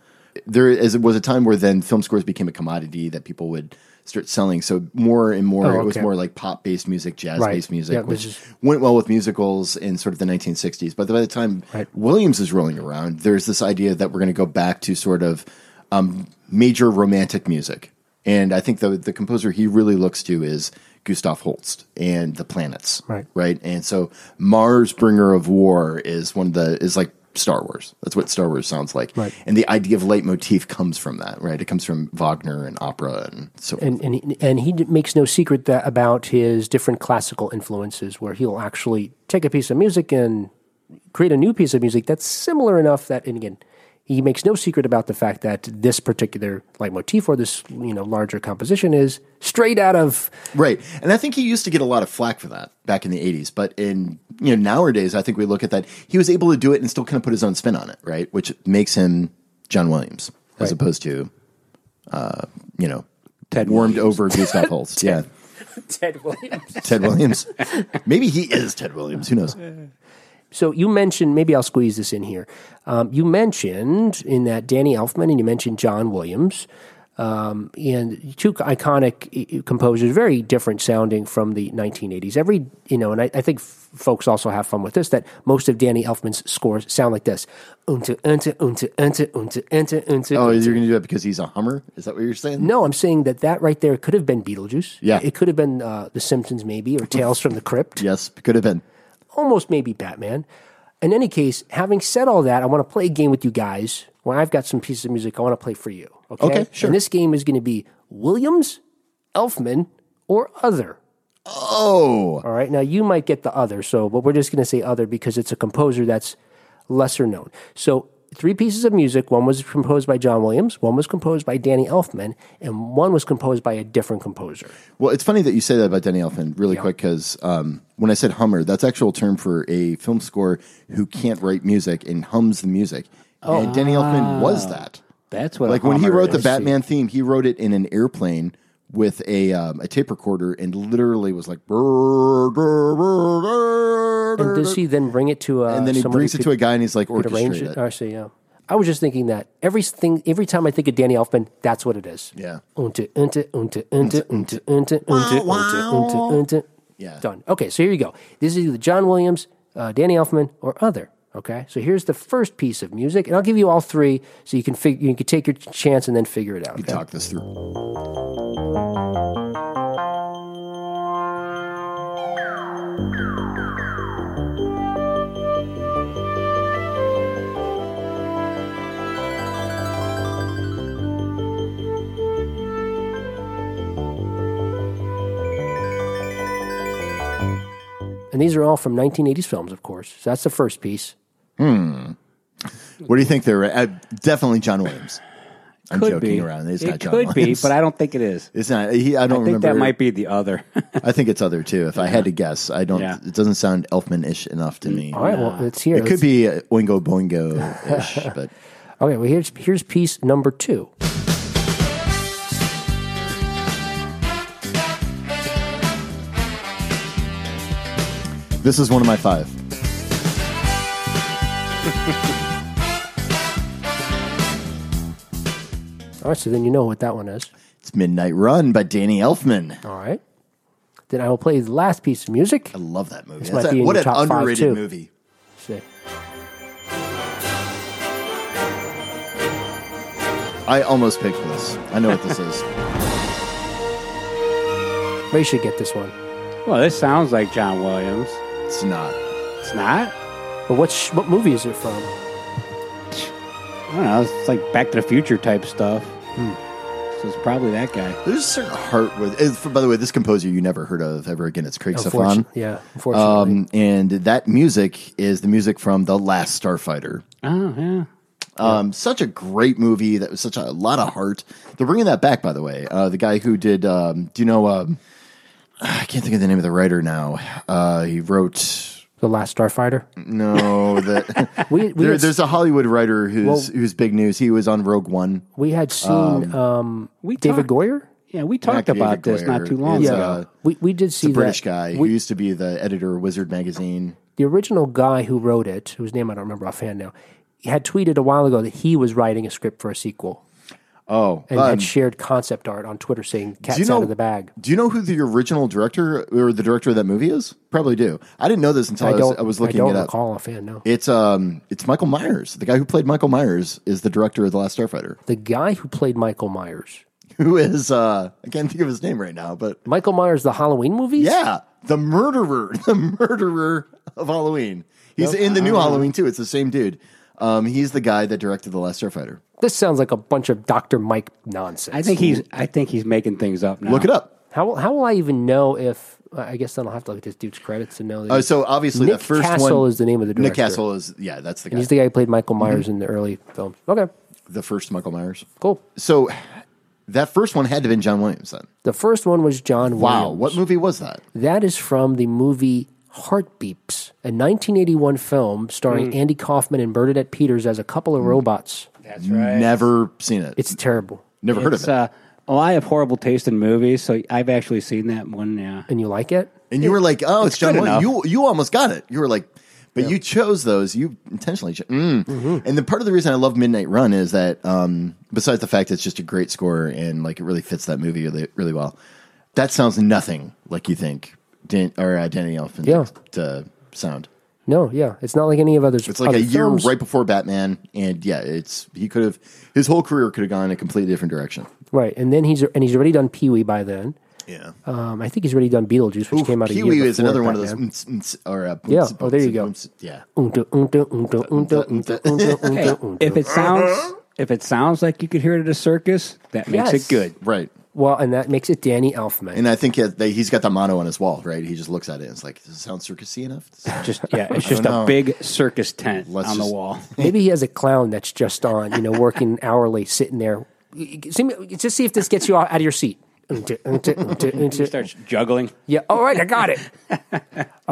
Speaker 5: There is, was a time where then film scores became a commodity that people would start selling. So more and more, it was
Speaker 2: okay.
Speaker 5: more like pop based music, jazz
Speaker 2: Right.
Speaker 5: based music,
Speaker 2: Yeah, this
Speaker 5: which
Speaker 2: is-
Speaker 5: went well with musicals in sort of the 1960s. But by the time Williams is rolling around, there's this idea that we're going to go back to sort of um, major romantic music. And I think the the composer he really looks to is Gustav Holst and the planets,
Speaker 2: Right.
Speaker 5: Right, and so Mars, bringer of war, is one of the is like Star Wars. That's what Star Wars sounds like,
Speaker 2: Right.
Speaker 5: And the idea of leitmotif comes from that, right? It comes from Wagner and opera and so forth.
Speaker 2: and and he, and he d- makes no secret that about his different classical influences, where he'll actually take a piece of music and create a new piece of music that's similar enough that, and again, he makes no secret about the fact that this particular leitmotif or this you know larger composition is straight out of
Speaker 5: Right. And I think he used to get a lot of flack for that back in the 80s, but in you know nowadays I think we look at that he was able to do it and still kind of put his own spin on it, right? Which makes him John Williams as opposed to uh, you know,
Speaker 4: Ted
Speaker 5: warmed over Gustav Holst. yeah.
Speaker 2: Ted Williams.
Speaker 5: Ted Williams. Maybe he is Ted Williams, who knows.
Speaker 2: So you mentioned maybe I'll squeeze this in here. Um, you mentioned in that Danny Elfman and you mentioned John Williams. Um, and two iconic i- composers, very different sounding from the 1980s. Every, you know, and I, I think f- folks also have fun with this that most of Danny Elfman's scores sound like this. Unta, unta, unta, unta, unta, unta, unta.
Speaker 5: Oh, you're going to do that because he's a Hummer? Is that what you're saying?
Speaker 2: No, I'm saying that that right there could have been Beetlejuice.
Speaker 5: Yeah.
Speaker 2: It could have been uh, The Simpsons, maybe, or Tales from the Crypt
Speaker 5: Yes, could have been.
Speaker 2: almost maybe Batman. In any case, having said all that, I want to play a game with you guys where I've got some pieces of music I want to play for you. Okay,
Speaker 5: Okay, sure.
Speaker 2: And this game is going to be Williams, Elfman, or other.
Speaker 5: Oh,
Speaker 2: All right. Now you might get the other, so but we're just going to say other because it's a composer that's lesser known. So three pieces of music. One was composed by John Williams. One was composed by Danny Elfman, and one was composed by a different composer.
Speaker 5: Well, it's funny that you say that about Danny Elfman really quick because um, when I said hummer, that's actual term for a film score who can't write music and hums the music. and Danny Elfman was that.
Speaker 4: That's what. a
Speaker 5: Like when he
Speaker 4: Oh, ah. Hummer
Speaker 5: wrote the
Speaker 4: is.
Speaker 5: Batman theme, he wrote it in an airplane with a um, a tape recorder and literally was like. "Brr, brr, brr, brr,
Speaker 2: And
Speaker 5: brr,"
Speaker 2: does he then bring it to? Uh,
Speaker 5: and then he
Speaker 2: someone who
Speaker 5: brings it
Speaker 2: could-
Speaker 5: to a guy and he's like
Speaker 2: could arrange it.
Speaker 4: uh,
Speaker 5: orchestrate it.
Speaker 2: I see. Yeah, I was just thinking that every thing, every time I think of Danny Elfman, that's what it is.
Speaker 5: Yeah.
Speaker 2: Unta unta unta unta unta unta unta unta unta
Speaker 5: Yeah.
Speaker 2: Done. Okay, so here you go. This is either John Williams, uh, Danny Elfman, or other. Okay, so here's the first piece of music, and I'll give you all three so you can figure you can take your chance and then figure it out. okay?
Speaker 5: Talk this through.
Speaker 2: And these are all from 1980s films, of course. So that's the first piece.
Speaker 5: What do you think? They're uh, definitely John Williams. I'm
Speaker 4: Could
Speaker 5: joking
Speaker 4: be.
Speaker 5: around. It's
Speaker 4: it
Speaker 5: not John
Speaker 4: could
Speaker 5: Williams.
Speaker 4: be, but I don't think it is.
Speaker 5: It's not. He, I don't
Speaker 4: I think
Speaker 5: remember.
Speaker 4: that might be the other.
Speaker 5: I think it's other too. If I had to guess, I don't.
Speaker 4: Yeah.
Speaker 5: It doesn't sound Elfman-ish enough to me.
Speaker 2: All right, well, it's here.
Speaker 5: It could
Speaker 2: Let's-
Speaker 5: be uh, Oingo Boingo-ish, but
Speaker 2: Okay, well, here's, here's piece number two.
Speaker 5: this is one of my five.
Speaker 2: All right, so then you know what that one is.
Speaker 5: It's Midnight Run by Danny Elfman.
Speaker 2: All right. Then I will play the last piece of music.
Speaker 5: I love that movie.
Speaker 2: might
Speaker 5: That's
Speaker 2: be
Speaker 5: a,
Speaker 2: in
Speaker 5: what
Speaker 2: your
Speaker 5: an
Speaker 2: top five,
Speaker 5: underrated
Speaker 2: too.
Speaker 5: movie.
Speaker 2: See.
Speaker 5: I almost picked this. I know what this is.
Speaker 2: Ray should get this one.
Speaker 4: well, this sounds like John Williams.
Speaker 5: It's not.
Speaker 4: It's not.
Speaker 2: But what, sh- what movie is it from?
Speaker 4: I don't know. It's like Back to the Future type stuff. So it's probably that guy.
Speaker 5: There's a certain heart with. It's, by the way, this composer you never heard of ever again. It's Craig
Speaker 2: Unfortun-
Speaker 5: Safan.
Speaker 2: yeah, unfortunately.
Speaker 5: Um, and that music is the music from The Last Starfighter.
Speaker 4: Oh yeah.
Speaker 5: Um, such a great movie that was such a lot of heart. They're bringing that back, by the way. Uh, the guy who did, um, do you know? Um, I can't think of the name of the writer now. Uh, he wrote
Speaker 2: the Last Starfighter.
Speaker 5: no that
Speaker 2: We, we,
Speaker 5: there,
Speaker 2: had,
Speaker 5: there's a Hollywood writer who's who's big news. He was on Rogue One.
Speaker 2: we had seen um,
Speaker 4: We
Speaker 2: David
Speaker 4: talked,
Speaker 2: Goyer.
Speaker 4: Yeah, we talked
Speaker 5: David
Speaker 4: about this not
Speaker 5: Goyer
Speaker 4: too long
Speaker 5: is,
Speaker 4: ago.
Speaker 5: uh,
Speaker 2: We, we did see
Speaker 5: The British
Speaker 2: that.
Speaker 5: guy who
Speaker 2: We,
Speaker 5: used to be the editor of Wizard magazine.
Speaker 2: the original guy who wrote it, whose name I don't remember offhand now, he had tweeted a while ago that he was writing a script for a sequel
Speaker 5: Oh,
Speaker 2: and
Speaker 5: um,
Speaker 2: had shared concept art on Twitter saying "cat's
Speaker 5: you know-
Speaker 2: out of the bag."
Speaker 5: do you know who the original director or the director of that movie is? Probably do. I didn't know this until I,
Speaker 2: I
Speaker 5: was,
Speaker 2: don't.
Speaker 5: I was looking
Speaker 2: I don't
Speaker 5: it up.
Speaker 2: recall offhand. No,
Speaker 5: It's um, it's Michael Myers. The guy who played Michael Myers is the director of The Last Starfighter.
Speaker 2: the guy who played Michael Myers.
Speaker 5: Who is uh, I can't think of his name right now, but
Speaker 2: Michael Myers, the Halloween movies.
Speaker 5: yeah, the murderer, the murderer of Halloween. He's in the new
Speaker 2: Uh-huh.
Speaker 5: Halloween too. It's the same dude. Um, he's the guy that directed The Last Starfighter.
Speaker 2: This sounds like a bunch of Doctor Mike nonsense.
Speaker 4: I think he's. I think he's making things up now.
Speaker 5: Look it up.
Speaker 2: How will- how will I even know if? uh, I guess then I'll have to look at this dude's credits to know. That
Speaker 5: Uh, so obviously
Speaker 2: Nick
Speaker 5: the first
Speaker 2: Castle
Speaker 5: one
Speaker 2: is the name of the
Speaker 5: Nick
Speaker 2: director.
Speaker 5: Castle is yeah, that's the guy.
Speaker 2: he's the guy who played Michael Myers in the early films. Okay,
Speaker 5: the first Michael Myers.
Speaker 2: cool.
Speaker 5: So that first one had to have been John Williams then.
Speaker 2: The first one was John.
Speaker 5: Wow,
Speaker 2: Williams.
Speaker 5: what movie was that?
Speaker 2: That is from the movie Heartbeeps, a 1981 film starring Andy Kaufman and Bernadette Peters as a couple of robots.
Speaker 4: That's right.
Speaker 5: Never seen it.
Speaker 2: It's terrible.
Speaker 5: Never heard of
Speaker 4: It's,
Speaker 5: it.
Speaker 4: Uh, well, I have horrible taste in movies, so I've actually seen that one. Yeah.
Speaker 2: And you like it?
Speaker 5: and you were like, "Oh, it's, John
Speaker 4: good
Speaker 5: Williams." You you almost got it. You were like, but you chose those. You intentionally chose. Mm.
Speaker 2: Mm-hmm.
Speaker 5: And the part of the reason I love Midnight Run is that um, besides the fact it's just a great score and like it really fits that movie really, really well. That sounds nothing like you think Dan, or uh, Danny Elfman
Speaker 2: Yeah.
Speaker 5: to sound.
Speaker 2: No, yeah. It's not like any of others.
Speaker 5: It's like
Speaker 2: other
Speaker 5: a year
Speaker 2: films.
Speaker 5: right before Batman, and yeah, it's he could have his whole career could have gone in a completely different direction.
Speaker 2: Right. And then he's and he's already done Pee Wee by then.
Speaker 5: Yeah,
Speaker 2: Um, I think he's already done Beetlejuice, which came out a
Speaker 5: Pee
Speaker 2: year
Speaker 5: Wee is
Speaker 2: before
Speaker 5: another one of those.
Speaker 2: Batman.
Speaker 5: mm, mm, mm, Or uh,
Speaker 2: Yeah.
Speaker 5: mm,
Speaker 2: Oh, there you
Speaker 5: mm,
Speaker 2: go.
Speaker 5: mm, Yeah,
Speaker 2: Unta, unta, unta, unta, unta, unta, unta, unta.
Speaker 4: If it sounds, if it sounds like you could hear it at a circus, that makes
Speaker 2: Yes.
Speaker 4: it good.
Speaker 5: right.
Speaker 2: Well, and that makes it Danny Elfman.
Speaker 5: And I think he has, that he's got the mono on his wall, right? He just looks at it and it's like, does it sound circusy enough?
Speaker 4: Just yeah, it's just
Speaker 5: know.
Speaker 4: a big circus tent
Speaker 5: Let's
Speaker 4: on
Speaker 5: just-
Speaker 4: the wall.
Speaker 2: Maybe he has a clown that's just on, you know, working hourly, sitting there. See, just see if this gets you out of your seat. Unta, unta, unta, unta.
Speaker 4: Starts juggling.
Speaker 2: Yeah. All right, I got it. All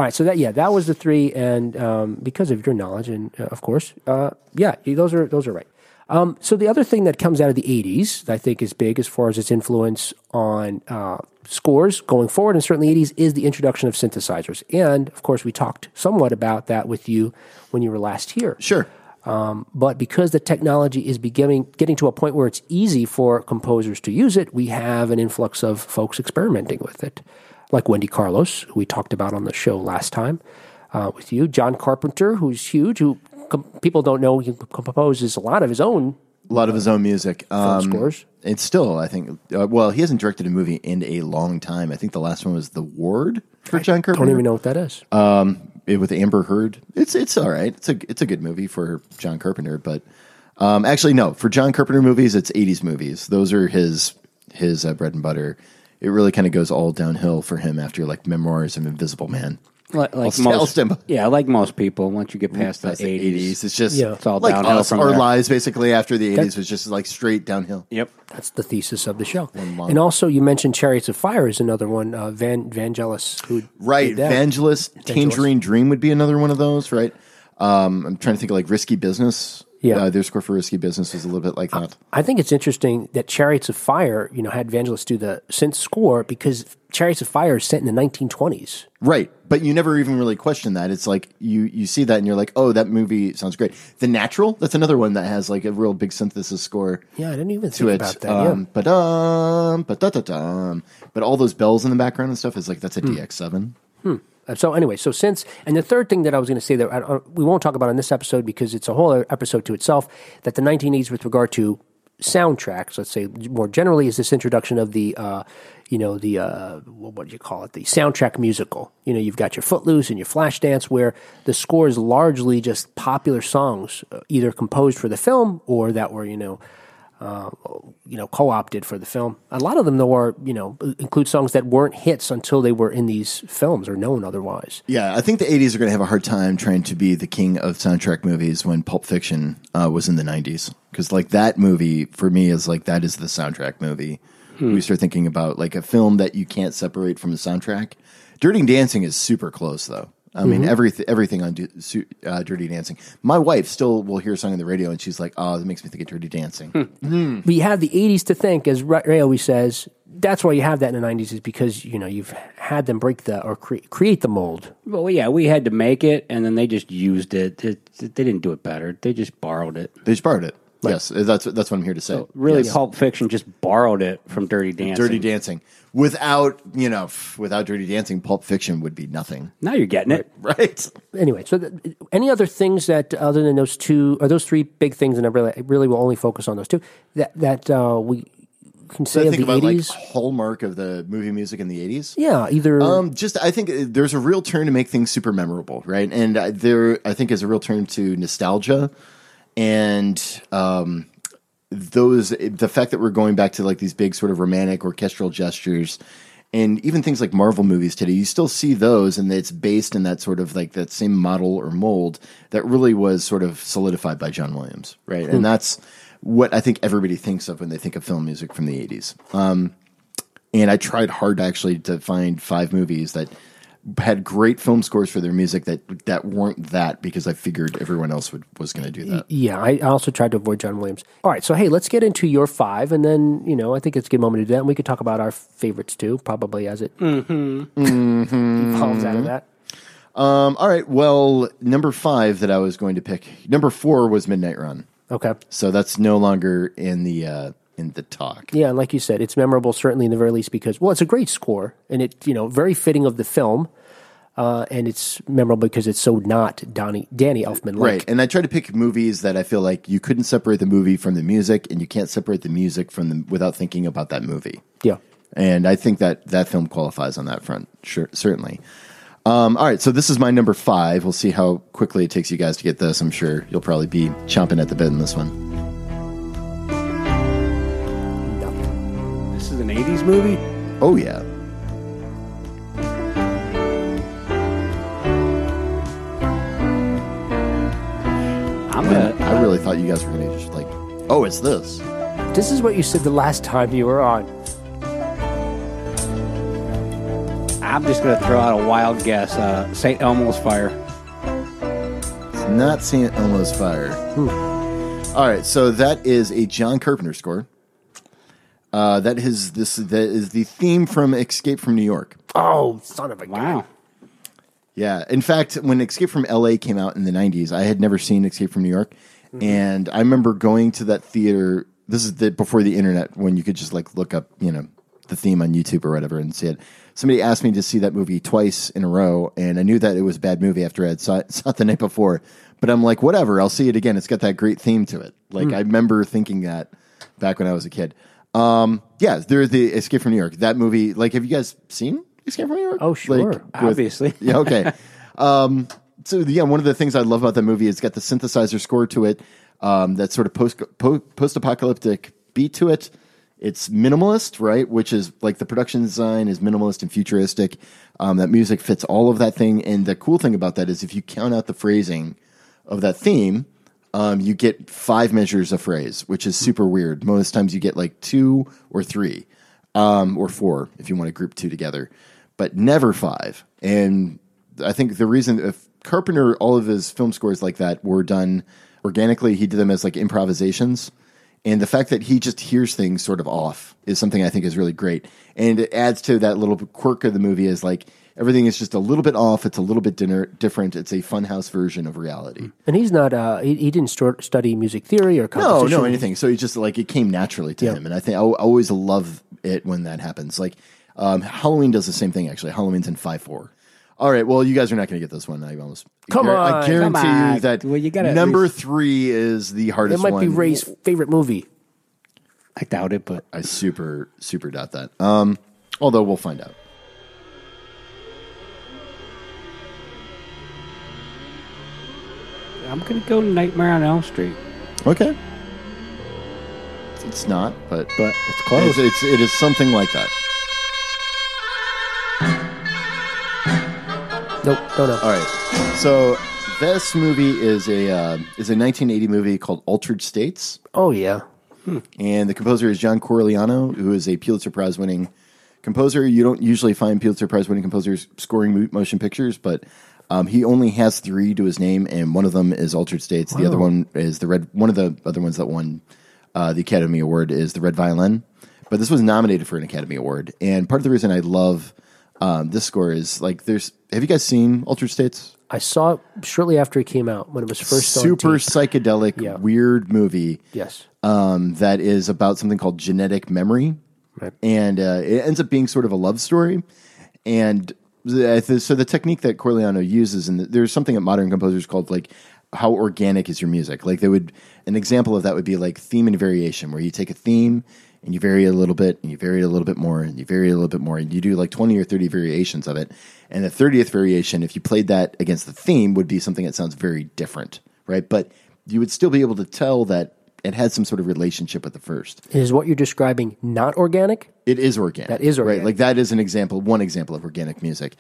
Speaker 2: right. So that yeah, that was the three, and um, because of your knowledge, and uh, of course, uh, yeah, you- those are those are right. Um, so the other thing that comes out of the '80s, that I think, is big as far as its influence on uh, scores going forward, and certainly '80s is the introduction of synthesizers. And of course, we talked somewhat about that with you when you were last here
Speaker 5: sure.
Speaker 2: but because the technology is beginning getting to a point where it's easy for composers to use it, we have an influx of folks experimenting with it, like Wendy Carlos, who we talked about on the show last time uh, with you, John Carpenter, who's huge, who com- people don't know he composes a lot of his own
Speaker 5: A lot of his own music. Um,
Speaker 2: scores.
Speaker 5: It's still, I think, uh, well, he hasn't directed a movie in a long time. I think the last one was The Ward for John Carpenter.
Speaker 2: Don't even know what that is.
Speaker 5: Uh, it- with Amber Heard. It's it's all right. It's a it's a good movie for John Carpenter, but um, actually no, for John Carpenter movies, it's '80s movies. Those are his his uh, bread and butter. It really kind of goes all downhill for him after like Memoirs of Invisible Man.
Speaker 4: Like, like
Speaker 5: st- I'll stand by-
Speaker 4: yeah, like most people, once you get past Uh, the
Speaker 5: That's the
Speaker 4: eighties,
Speaker 5: eighties. It's just
Speaker 2: Yeah.
Speaker 4: It's all
Speaker 5: like
Speaker 4: downhill
Speaker 5: us,
Speaker 4: from
Speaker 5: our
Speaker 4: there.
Speaker 5: lives basically after the eighties was just like straight downhill.
Speaker 4: Yep.
Speaker 2: That's the thesis of the show.
Speaker 5: mom.
Speaker 2: And also, you mentioned Chariots of Fire is another one. Uh, Van Vangelis, who
Speaker 5: Right.
Speaker 2: did that.
Speaker 5: Evangelist, Tangerine Dream would be another one of those, right? Um, I'm trying to think of like Risky Business.
Speaker 2: Yeah.
Speaker 5: Uh, their score for Risky Business was a little bit like that.
Speaker 2: I think it's interesting that Chariots of Fire, you know, had Vangelis do the synth score because Chariots of Fire is set in the 1920s.
Speaker 5: Right. But you never even really question that. It's like you you see that and you're like, oh, that movie sounds great. The Natural, that's another one that has like a real big synthesis score
Speaker 2: Yeah, I didn't even
Speaker 5: to
Speaker 2: think
Speaker 5: it.
Speaker 2: about that.
Speaker 5: Um, but um, but da da dum. But all those bells in the background and stuff is like that's
Speaker 2: Hmm.
Speaker 5: a DX7.
Speaker 2: yeah. Uh, So anyway, so since and the third thing that I was going to say that I, I- we won't talk about on this episode because it's a whole other episode to itself that the 1980s with regard to soundtracks, let's say more generally, is this introduction of the. Uh, you know the uh, what what do you call it? The soundtrack musical. You know you've got your Footloose and your Flashdance, where the score is largely just popular songs, uh, either composed for the film or that were you know you know co-opted for the film. A lot of them though are you know include songs that weren't hits until they were in these films or known otherwise.
Speaker 5: Yeah, I think the 80s are going to have a hard time trying to be the king of soundtrack movies when Pulp Fiction uh, was in the 90s. Because, like, that movie for me is like, that is the soundtrack movie.
Speaker 4: Hmm.
Speaker 5: We start thinking about like a film that you can't separate from the soundtrack. Dirty Dancing is super close, though. I mean,
Speaker 4: Mm-hmm.
Speaker 5: every, everything on Du- Su- uh, Dirty Dancing. My wife still will hear a song on the radio and she's like, oh, that makes me think of Dirty Dancing.
Speaker 4: Hmm.
Speaker 2: We have the '80s to thank, as Ra- Ray always says. That's why you have that in the '90s is because you know you've had them break the or cre- create the mold.
Speaker 4: Well, yeah, we had to make it, and then they just used it. It- They didn't do it better. They just borrowed it.
Speaker 5: They just borrowed it. Yes, uh, that's, that's what I'm here to say.
Speaker 4: Really,
Speaker 5: Yes.
Speaker 4: Pulp Fiction just borrowed it from Dirty Dancing.
Speaker 5: Dirty Dancing. Without, you know, f- without Dirty Dancing, Pulp Fiction would be nothing.
Speaker 4: Now you're getting it.
Speaker 5: Right.
Speaker 2: Anyway, so th- any other things that other than those two or those three big things, and I really, I really will only focus on those two that that uh, we can say
Speaker 5: I
Speaker 2: of
Speaker 5: think
Speaker 2: the
Speaker 5: about
Speaker 2: '80s.
Speaker 5: like hallmark of the movie music in the eighties.
Speaker 2: yeah, either
Speaker 5: Um, just I think uh, there's a real turn to make things super memorable, right? And uh, there, I think, is a real turn to nostalgia, and um, those the fact that we're going back to like these big sort of romantic orchestral gestures, and even things like Marvel movies today, you still see those, and it's based in that sort of like that same model or mold that really was sort of solidified by John Williams, right? And that's what I think everybody thinks of when they think of film music from the eighties Um, and I tried hard actually to find five movies that had great film scores for their music that that weren't that because I figured everyone else would, was going to do that.
Speaker 2: Yeah, I I also tried to avoid John Williams. All right, so hey, let's get into your five, and then you know I think it's a good moment to do that, and we could talk about our favorites too, probably as it evolves
Speaker 5: Mm-hmm.
Speaker 2: out of that.
Speaker 5: Um, all right, well, number five that I was going to pick, number four was Midnight Run,
Speaker 2: Okay,
Speaker 5: so that's no longer in the uh, in the talk.
Speaker 2: yeah, and like you said, it's memorable certainly in the very least because well, it's a great score, and it you know very fitting of the film, uh, and it's memorable because it's so not Donnie Danny Elfman like.
Speaker 5: Right, and I try to pick movies that I feel like you couldn't separate the movie from the music, and you can't separate the music from the without thinking about that movie.
Speaker 2: Yeah,
Speaker 5: and I think that that film qualifies on that front, sure, certainly. Um, all right, so this is my number five. We'll see how quickly it takes you guys to get this. I'm sure you'll probably be chomping at the bit in this one.
Speaker 4: This is an '80s movie.
Speaker 5: Oh yeah,
Speaker 4: I'm
Speaker 5: Man,
Speaker 4: gonna.
Speaker 5: I really thought you guys were gonna just like, oh, it's this.
Speaker 2: this is what you said the last time you were on.
Speaker 4: I'm just gonna throw out a wild guess. Uh, Saint Elmo's Fire.
Speaker 5: It's not St. Elmo's Fire. All right, so that is a John Carpenter score. Uh, that is this. That is the theme from Escape from New York.
Speaker 2: Oh, son of a gun.
Speaker 4: Wow.
Speaker 5: Yeah. In fact, when Escape from LA came out in the 90s, I had never seen Escape from New York. And I remember going to that theater. This is the, before the internet when you could just like look up, you know, the theme on YouTube or whatever and see it. Somebody asked me to see that movie twice in a row. And I knew that it was a bad movie after I had saw it, saw it the night before. But I'm like, whatever, I'll see it again. It's got that great theme to it. Like, I remember thinking that back when I was a kid. Um, yeah, there's the Escape from New York. That movie, like, have you guys seen Escape from New York?
Speaker 2: Oh,
Speaker 5: Like,
Speaker 2: sure.
Speaker 4: Obviously.
Speaker 5: yeah, okay. um, so yeah, one of the things I love about the movie is it's got the synthesizer score to it, um, that sort of post po- post apocalyptic beat to it, It's minimalist, right? Which is like the production design is minimalist and futuristic. Um, that music fits all of that thing. And the cool thing about that is if you count out the phrasing of that theme, um, you get five measures of phrase, which is super weird. Most times you get like two or three, um, or four if you want to group two together, but never five. And I think the reason if Carpenter, all of his film scores like that were done organically, he did them as like improvisations. And the fact that he just hears things sort of off is something I think is really great. And it adds to that little quirk of the movie is like everything is just a little bit off. It's a little bit dinner, different. It's a funhouse version of reality.
Speaker 4: Mm.
Speaker 2: And he's not. Uh, he, he didn't st- study music theory or
Speaker 5: No,
Speaker 4: Oh,
Speaker 2: composition.
Speaker 5: no, anything. So he just like it came naturally to him, and I think I, I always love it when that happens. Like um, Halloween does the same thing. Actually, Halloween's in five four. All right, well, you guys are not going to get this one. I almost
Speaker 2: Come
Speaker 5: I
Speaker 2: on,
Speaker 5: guarantee
Speaker 4: come
Speaker 5: you
Speaker 4: on.
Speaker 5: that
Speaker 4: Well, you gotta at
Speaker 5: number
Speaker 4: least-
Speaker 5: three is the
Speaker 2: It
Speaker 5: hardest.
Speaker 2: might be
Speaker 5: one.
Speaker 2: Ray's favorite movie.
Speaker 4: I doubt it, but
Speaker 5: I super super doubt that. Um, although we'll find out.
Speaker 4: I'm gonna go Nightmare on Elm Street.
Speaker 5: Okay, it's not, but
Speaker 4: But it's
Speaker 5: it's,
Speaker 4: close.
Speaker 5: it's it is something like that.
Speaker 2: Nope, no, no.
Speaker 5: All right. So this movie is a uh, is a 1980 movie called Altered States,
Speaker 2: Oh yeah,
Speaker 5: and the composer is John Corigliano, who is a Pulitzer Prize winning composer. You don't usually find Pulitzer Prize winning composers scoring mo- motion pictures, but um, he only has three to his name, and one of them is Altered States. The other one is the red. One of the other ones that won uh, the Academy Award is the Red Violin. But this was nominated for an Academy Award, and part of the reason I love um, this score is like there's. Have you guys seen Altered States?
Speaker 2: I saw it shortly after it came out when it was first on
Speaker 5: super
Speaker 2: tape.
Speaker 5: psychedelic,
Speaker 2: Yeah.
Speaker 5: weird movie
Speaker 2: Yes,
Speaker 5: um, that is about something called genetic memory,
Speaker 2: Right.
Speaker 5: and uh, it ends up being sort of a love story. And the, the- so the technique that Corleano uses, and there's something that modern composers called like how organic is your music. Like they would an example of that would be like theme and variation, where you take a theme and you vary it a little bit, and you vary it a little bit more, and you vary it a little bit more, and you do like 20 or 30 variations of it. And the 30th variation, if you played that against the theme, would be something that sounds very different, right? But you would still be able to tell that it had some sort of relationship with the first.
Speaker 2: is what you're describing not organic?
Speaker 5: It is organic.
Speaker 2: That is organic.
Speaker 5: Right? Like that is an example, one example of organic music.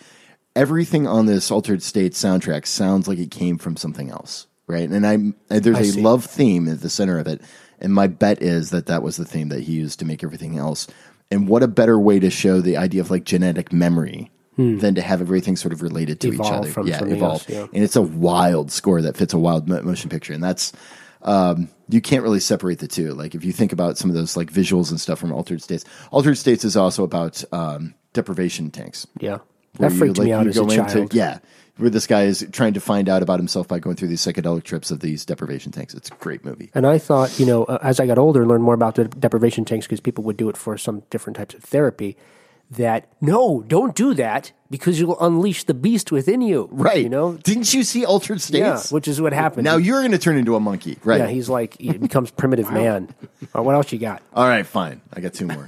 Speaker 5: Everything on this Altered State soundtrack sounds like it came from something else, right? And I'm and there's a
Speaker 2: see.
Speaker 5: love theme at the center of it, and my bet is that that was the theme that he used to make everything else. And what a better way to show the idea of like genetic memory
Speaker 2: Hmm.
Speaker 5: than to have everything sort of related to each
Speaker 2: Evolve
Speaker 5: other.
Speaker 2: from
Speaker 5: yeah,
Speaker 2: something
Speaker 5: evolve.
Speaker 2: else, yeah.
Speaker 5: And it's a wild score that fits a wild mo- motion picture, and that's um, you can't really separate the two. Like if you think about some of those like visuals and stuff from Altered States, Altered States is also about um, deprivation tanks.
Speaker 2: Yeah,
Speaker 5: Where
Speaker 2: that freaked
Speaker 5: you,
Speaker 2: me
Speaker 5: like,
Speaker 2: out
Speaker 5: you
Speaker 2: as a
Speaker 5: go into-
Speaker 2: child.
Speaker 5: yeah, where this guy is trying to find out about himself by going through these psychedelic trips of these deprivation tanks. It's a great movie.
Speaker 2: And I thought, you know, uh, as I got older and learned more about the deprivation tanks, because people would do it for some different types of therapy, that no, don't do that because you'll unleash the beast within you.
Speaker 5: Right.
Speaker 2: You know?
Speaker 5: didn't you see Altered
Speaker 2: Yeah,
Speaker 5: States?
Speaker 2: which is what happened.
Speaker 5: now you're going to turn into a monkey, right?
Speaker 2: yeah, he's like, he becomes primitive man. Or what else you got?
Speaker 5: All right, fine. I got two more.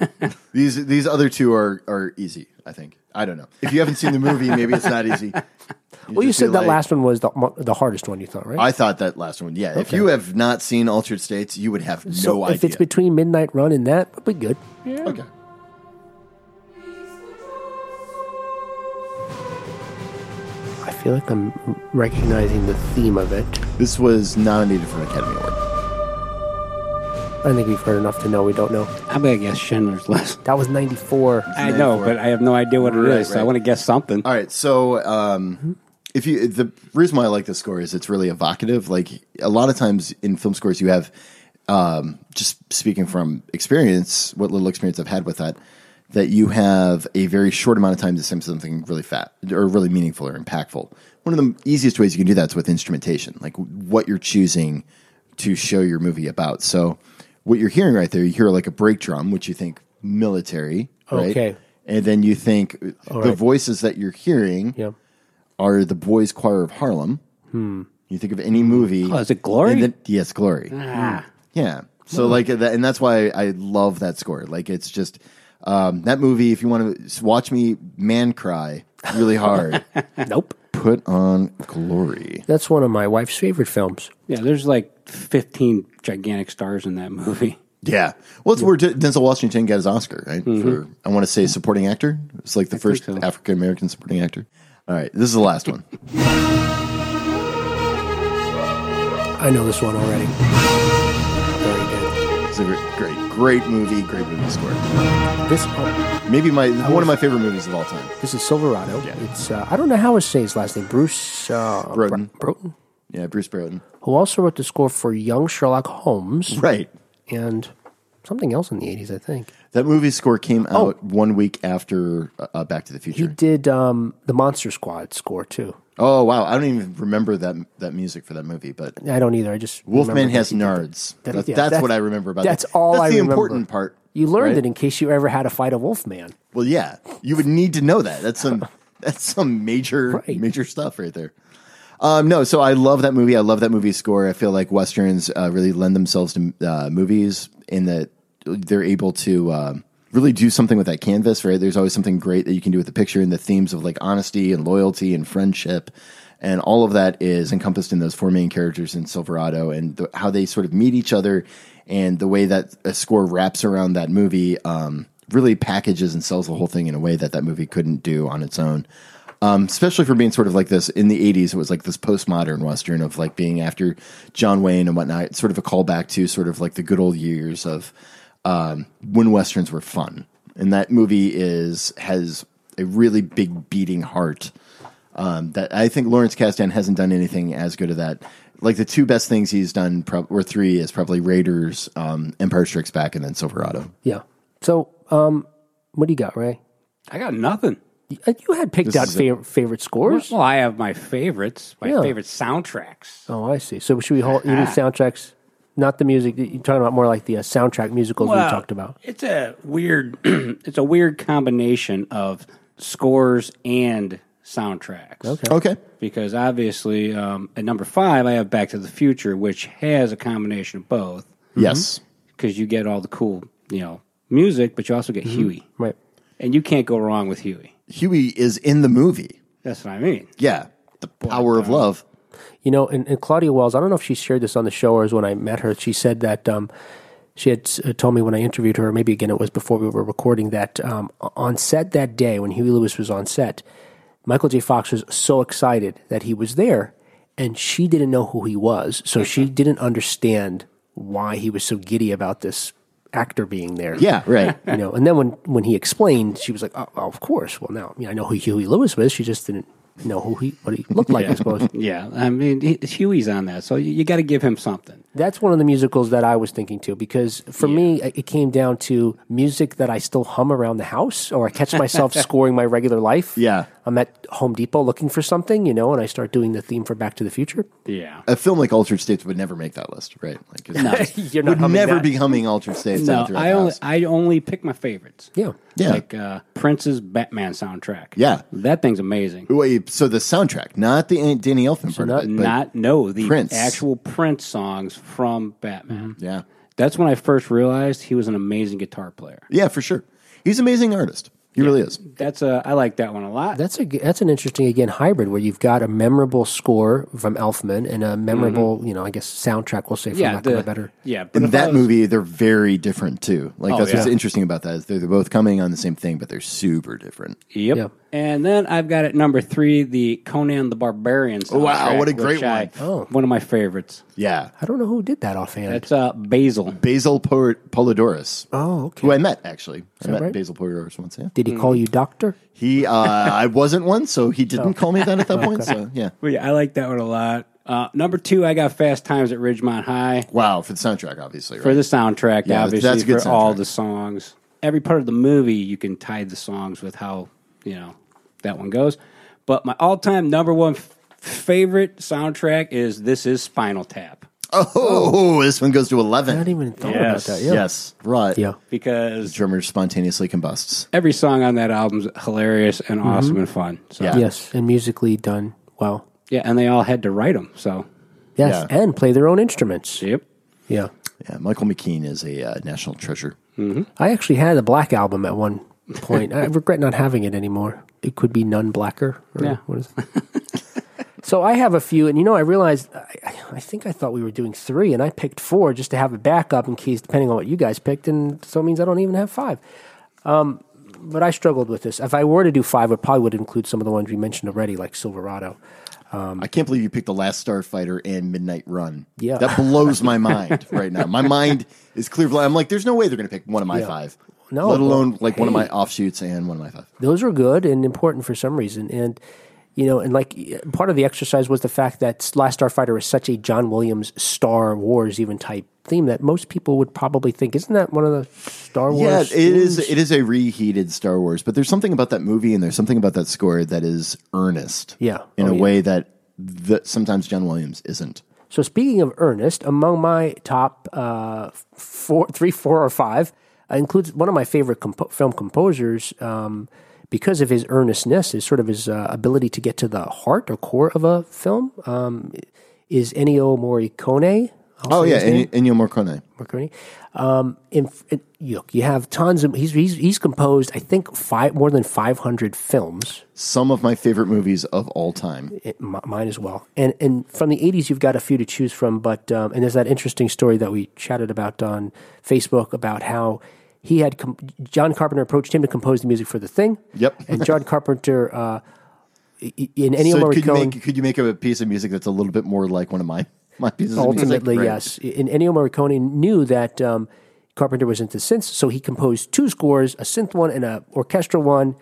Speaker 5: these these other two are are easy. I think. I don't know. If you haven't seen the movie, maybe it's not easy.
Speaker 2: Well, you
Speaker 5: just be
Speaker 2: said that
Speaker 5: like-
Speaker 2: last one was the, mo- the hardest one you thought, right?
Speaker 5: I thought that last one. Yeah. If you have not seen Altered States, you would have no
Speaker 2: so
Speaker 5: idea.
Speaker 2: if it's between Midnight Run and that, we'll be good.
Speaker 5: okay.
Speaker 2: I feel like I'm recognizing the theme of it.
Speaker 5: This was nominated for an Academy Award.
Speaker 2: I think we've heard enough to know we don't know.
Speaker 4: I'm gonna guess Schindler's List.
Speaker 2: That was 94.
Speaker 4: I know, but I have no idea what it is,
Speaker 5: Right,
Speaker 4: so I
Speaker 5: right.
Speaker 4: want to guess something.
Speaker 5: All right. So um,
Speaker 2: Mm-hmm.
Speaker 5: if you the reason why I like this score is it's really evocative. Like a lot of times in film scores, you have um, just speaking from experience, what little experience I've had with that, that you have a very short amount of time to say something really fat or really meaningful or impactful. One of the easiest ways you can do that is with instrumentation, like what you're choosing to show your movie about. So what you're hearing right there, you hear like a break drum, which you think military, right?
Speaker 2: Okay.
Speaker 5: And then you think the
Speaker 2: right.
Speaker 5: voices that you're hearing
Speaker 2: Yeah.
Speaker 5: are the Boys Choir of Harlem. You think of any movie.
Speaker 4: Hmm. Oh, is it Glory? Ah.
Speaker 5: and then- yes, Glory. Yeah. So like that, and that's why I love that score. Like it's just um, that movie. If you want to watch me man cry really hard,
Speaker 2: Nope.
Speaker 5: put on Glory.
Speaker 2: That's one of my wife's favorite films.
Speaker 4: Yeah, there's like 15 gigantic stars in that movie.
Speaker 5: Yeah. Well, it's where D- Denzel Washington got his Oscar, right? For I want to say supporting actor. It's like the first
Speaker 4: so.
Speaker 5: African American supporting actor. All right, this is the last one.
Speaker 2: I know this one already. Very good.
Speaker 5: It's a gr- great, great movie, great movie score.
Speaker 2: This oh,
Speaker 5: Maybe my one of my favorite movies of all time.
Speaker 2: this is Silverado.
Speaker 5: Yeah.
Speaker 2: It's uh, I don't know how to say his last name. Bruce uh,
Speaker 5: Broughton.
Speaker 2: Br- Broughton,
Speaker 5: Yeah, Bruce Broughton.
Speaker 2: who also wrote the score for Young Sherlock Holmes
Speaker 5: Right.
Speaker 2: and something else in the eighties, I think.
Speaker 5: That movie score came out one week after uh, uh, Back to the
Speaker 2: Oh. He
Speaker 5: Future.
Speaker 2: did um, the Monster Squad score too.
Speaker 5: oh wow, I don't even remember that that music for that movie, but
Speaker 2: I don't either. I just
Speaker 5: Wolfman
Speaker 2: remember that
Speaker 5: has
Speaker 2: he did that.
Speaker 5: nards.
Speaker 2: That-
Speaker 5: That's-
Speaker 2: yeah,
Speaker 5: that's,
Speaker 2: that's-
Speaker 5: what I remember about
Speaker 2: that's
Speaker 5: that.
Speaker 2: all
Speaker 5: That's
Speaker 2: I
Speaker 5: the
Speaker 2: remember.
Speaker 5: important part.
Speaker 2: You learned
Speaker 5: right?
Speaker 2: it in case you ever had to fight a Wolfman.
Speaker 5: Well, yeah, you would need to know that. That's some that's some major
Speaker 2: Right.
Speaker 5: major stuff right there. Um, no, so I love that movie. I love that movie score. I feel like westerns uh, really lend themselves to uh, movies in that they're able to um really do something with that canvas. Right? There's always something great that you can do with the picture and the themes of like honesty and loyalty and friendship. And all of that is encompassed in those four main characters in Silverado and the, how they sort of meet each other and the way that a score wraps around that movie um, really packages and sells the whole thing in a way that that movie couldn't do on its own. Um, especially for being sort of like this in the 80s, it was like this postmodern Western of like being after John Wayne and whatnot, It's sort of a callback to sort of like the good old years of um, when Westerns were fun. And that movie is has a really big beating heart um, that I think Lawrence Kasdan hasn't done anything as good of that. Like the two best things he's done, prob- or three, is probably Raiders, um, Empire Strikes Back, and then Silverado.
Speaker 2: Yeah. So, um, what do you got, Ray?
Speaker 4: I got nothing.
Speaker 2: Uh, You had picked out
Speaker 5: is
Speaker 2: fav- favorite scores.
Speaker 4: Well, I have my favorites, my
Speaker 2: Yeah.
Speaker 4: favorite soundtracks.
Speaker 2: Oh, I see. So should we hold? You mean soundtracks, not the music. You're talking about more like the uh, soundtrack musicals we
Speaker 4: Well,
Speaker 2: talked about.
Speaker 4: It's a weird, it's a weird combination of scores and soundtracks. Okay.
Speaker 5: Okay.
Speaker 4: Because obviously, um, at number five, I have Back to the Future, which has a combination of both.
Speaker 5: Yes.
Speaker 4: Because you get all the cool, you know, music, but you also
Speaker 2: Mm-hmm.
Speaker 4: get Huey,
Speaker 2: Right.
Speaker 4: and you can't go wrong with Huey.
Speaker 5: Huey is in the movie.
Speaker 4: That's what I mean.
Speaker 5: Yeah. The power of love.
Speaker 2: You know, and, and Claudia Wells. I don't know if she shared this on the show or is when I met her. She said that um, she had uh, told me when I interviewed her. Maybe again it was before we were recording that um, on set that day when Huey Lewis was on set, Michael J. Fox was so excited that he was there, and she didn't know who he was, so she didn't understand why he was so giddy about this actor being there.
Speaker 5: Yeah. Right.
Speaker 2: you know. And then when when he explained, she was like, "Oh, oh, of course. Well, now I, mean, I know who Huey Lewis was. She just didn't know who he what he looked like. I suppose
Speaker 4: Yeah, I mean he, Huey's on that, so you, you got to give him something.
Speaker 2: that's one of the musicals that I was thinking too, because for me, it it came down to music that I still hum around the house, or I catch myself scoring my regular life.
Speaker 5: Yeah.
Speaker 2: I'm at Home Depot looking for something, you know, and I start doing the theme for Back to the Future.
Speaker 4: Yeah.
Speaker 5: A film like Altered States would never make that list, right? Like, it's not,
Speaker 2: You're not
Speaker 5: would
Speaker 2: humming
Speaker 5: never
Speaker 2: that.
Speaker 5: be humming Altered States.
Speaker 4: No,
Speaker 5: out throughout
Speaker 4: I
Speaker 5: the
Speaker 4: only
Speaker 5: house.
Speaker 4: I only pick my favorites.
Speaker 2: Yeah.
Speaker 5: Yeah.
Speaker 4: Like uh, Prince's Batman soundtrack.
Speaker 5: Yeah.
Speaker 4: That thing's amazing.
Speaker 5: Wait, so the soundtrack, not the Danny Elfman part of it, but
Speaker 4: Not no the
Speaker 5: Prince.
Speaker 4: actual Prince songs from Batman.
Speaker 5: yeah,
Speaker 4: That's when I first realized he was an amazing guitar player.
Speaker 5: yeah, for sure. He's an amazing artist. He really is.
Speaker 4: That's a I like that one a lot.
Speaker 2: That's a g- that's an interesting again hybrid where you've got a memorable score from Elfman and a memorable,
Speaker 5: Mm-hmm.
Speaker 2: you know, I guess soundtrack. We'll say for
Speaker 4: yeah,
Speaker 2: lack of
Speaker 4: the-
Speaker 2: a better.
Speaker 4: Yeah, but if
Speaker 5: In
Speaker 4: I
Speaker 5: that
Speaker 4: was-
Speaker 5: movie, they're very different too. Like that's what's
Speaker 4: Oh, yeah.
Speaker 5: interesting about that is they're, they're both coming on the same thing, but they're super different.
Speaker 4: Yep.
Speaker 2: Yeah.
Speaker 4: And then I've got at number three the Conan the Barbarian. Soundtrack,
Speaker 5: Wow, what a great
Speaker 4: which I-
Speaker 5: one.
Speaker 4: One of my favorites.
Speaker 5: Yeah,
Speaker 2: I don't know who did that offhand.
Speaker 4: That's uh, Basil.
Speaker 5: Basil Por- Polidorus,
Speaker 2: oh, okay.
Speaker 5: who I met actually. I met
Speaker 2: right?
Speaker 5: Basil Polidorus once. Yeah,
Speaker 2: Did he call you doctor?
Speaker 5: he. Uh, I wasn't one, so he
Speaker 4: Oh.
Speaker 5: didn't call me that at that point. So yeah,
Speaker 4: Well, yeah, I like that one a lot. Uh, number two, I got Fast Times at Ridgemont High
Speaker 5: wow for the soundtrack, obviously. Right?
Speaker 4: for the soundtrack.
Speaker 5: Yeah,
Speaker 4: obviously,
Speaker 5: that's a good
Speaker 4: for all
Speaker 5: soundtrack.
Speaker 4: the songs, every part of the movie, you can tie the songs with how you know that one goes. But my all-time number one f- favorite soundtrack is "This Is Spinal Tap"
Speaker 5: oh, this one goes to
Speaker 2: I
Speaker 5: eleven.
Speaker 2: hadn't even thought
Speaker 4: Yes,
Speaker 2: about that. Yeah.
Speaker 5: Yes, right.
Speaker 2: Yeah.
Speaker 4: because
Speaker 5: drummer spontaneously combusts.
Speaker 4: every song on that album's hilarious and awesome and fun. So
Speaker 5: Mm-hmm. Yeah.
Speaker 4: yeah.
Speaker 2: Yes. And musically done well.
Speaker 4: and they all had to write them. So
Speaker 2: Yes.
Speaker 5: Yeah.
Speaker 2: And play their own instruments.
Speaker 4: yep,
Speaker 2: Yeah.
Speaker 5: Yeah, Michael McKean is a uh, national treasure.
Speaker 2: I actually had a black album at one point. I regret not having it anymore. It could be none blacker. Or
Speaker 4: Yeah.
Speaker 2: What is it? so I have a few, and you know, I realized I, I think I thought we were doing three, and I picked four just to have a backup in case, depending on what you guys picked, and so it means I don't even have five. Um, but I struggled with this. If I were to do five, it probably would include some of the ones we mentioned already, like Silverado.
Speaker 5: I can't believe you picked The Last Starfighter and Midnight Run.
Speaker 2: Hmm. Yeah.
Speaker 5: That blows my mind right now. My mind is clear. I'm like, there's no way they're going to pick one of my five.
Speaker 2: No,
Speaker 5: Let alone
Speaker 2: but-
Speaker 5: like one of my offshoots and one of my five.
Speaker 2: those are good and important for some reason. And you know, and like part of the exercise was the fact that Last Starfighter is such a John Williams Star Wars even type theme that most people would probably think, isn't that one of the Star Wars?
Speaker 5: Yeah, it is.
Speaker 2: themes?"
Speaker 5: It is a reheated Star Wars, but there's something about that movie and there's something about that score that is earnest.
Speaker 2: Yeah.
Speaker 5: in
Speaker 2: Oh,
Speaker 5: a
Speaker 2: yeah.
Speaker 5: way that that sometimes John Williams isn't.
Speaker 2: So speaking of Ernest, among my top uh, four, three, four, or five uh, includes one of my favorite compo- film composers um, because of his earnestness, his sort of his uh, ability to get to the heart or core of a film. Um, is Ennio Morricone? I'll
Speaker 5: Oh
Speaker 2: say
Speaker 5: yeah,
Speaker 2: his name.
Speaker 5: En- Ennio Morricone.
Speaker 2: Marconi. Um, in, in, look, you have tons of. He's he's, he's composed, I think, five more than five hundred films.
Speaker 5: Some of my favorite movies of all time.
Speaker 2: It, m- mine as well. And and from the '80s, you've got a few to choose from. But um, and there's that interesting story that we chatted about on Facebook about how. He had com- John Carpenter approached him to compose the music for the thing.
Speaker 5: Yep.
Speaker 2: and John Carpenter, uh, i- i- in any
Speaker 5: so could you
Speaker 2: Morricone,
Speaker 5: make could you make a piece of music that's a little bit more like one of my my pieces? of
Speaker 2: ultimately,
Speaker 5: music? Right.
Speaker 2: yes. And Ennio Morricone knew that um, Carpenter was into synths, so he composed two scores: a synth one and a orchestral one.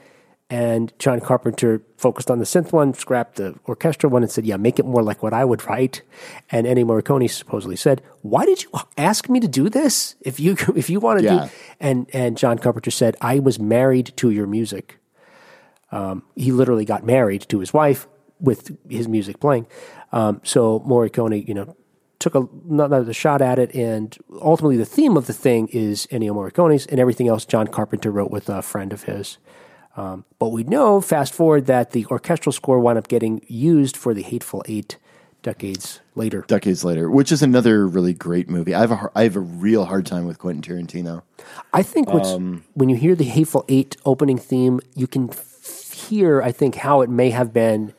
Speaker 2: And John Carpenter focused on the synth one, scrapped the orchestral one, and said, "Yeah, make it more like what I would write." And Ennio Morricone supposedly said, "Why did you ask me to do this? If you if you want to
Speaker 5: Yeah.
Speaker 2: do," and and John Carpenter said, "I was married to your music." he literally got married to his wife with his music playing. Um, so Morricone, you know, took a, another shot at it, and ultimately the theme of the thing is Ennio Morricone's, and everything else John Carpenter wrote with a friend of his. Um, but we know, fast forward, that the orchestral score wound up getting used for the Hateful Eight decades later.
Speaker 5: Decades later, which is another really great movie. I have a har- I have a real hard time with Quentin Tarantino.
Speaker 2: I think what's, when you hear the Hateful Eight opening theme, you can f- hear, I think, how it may have been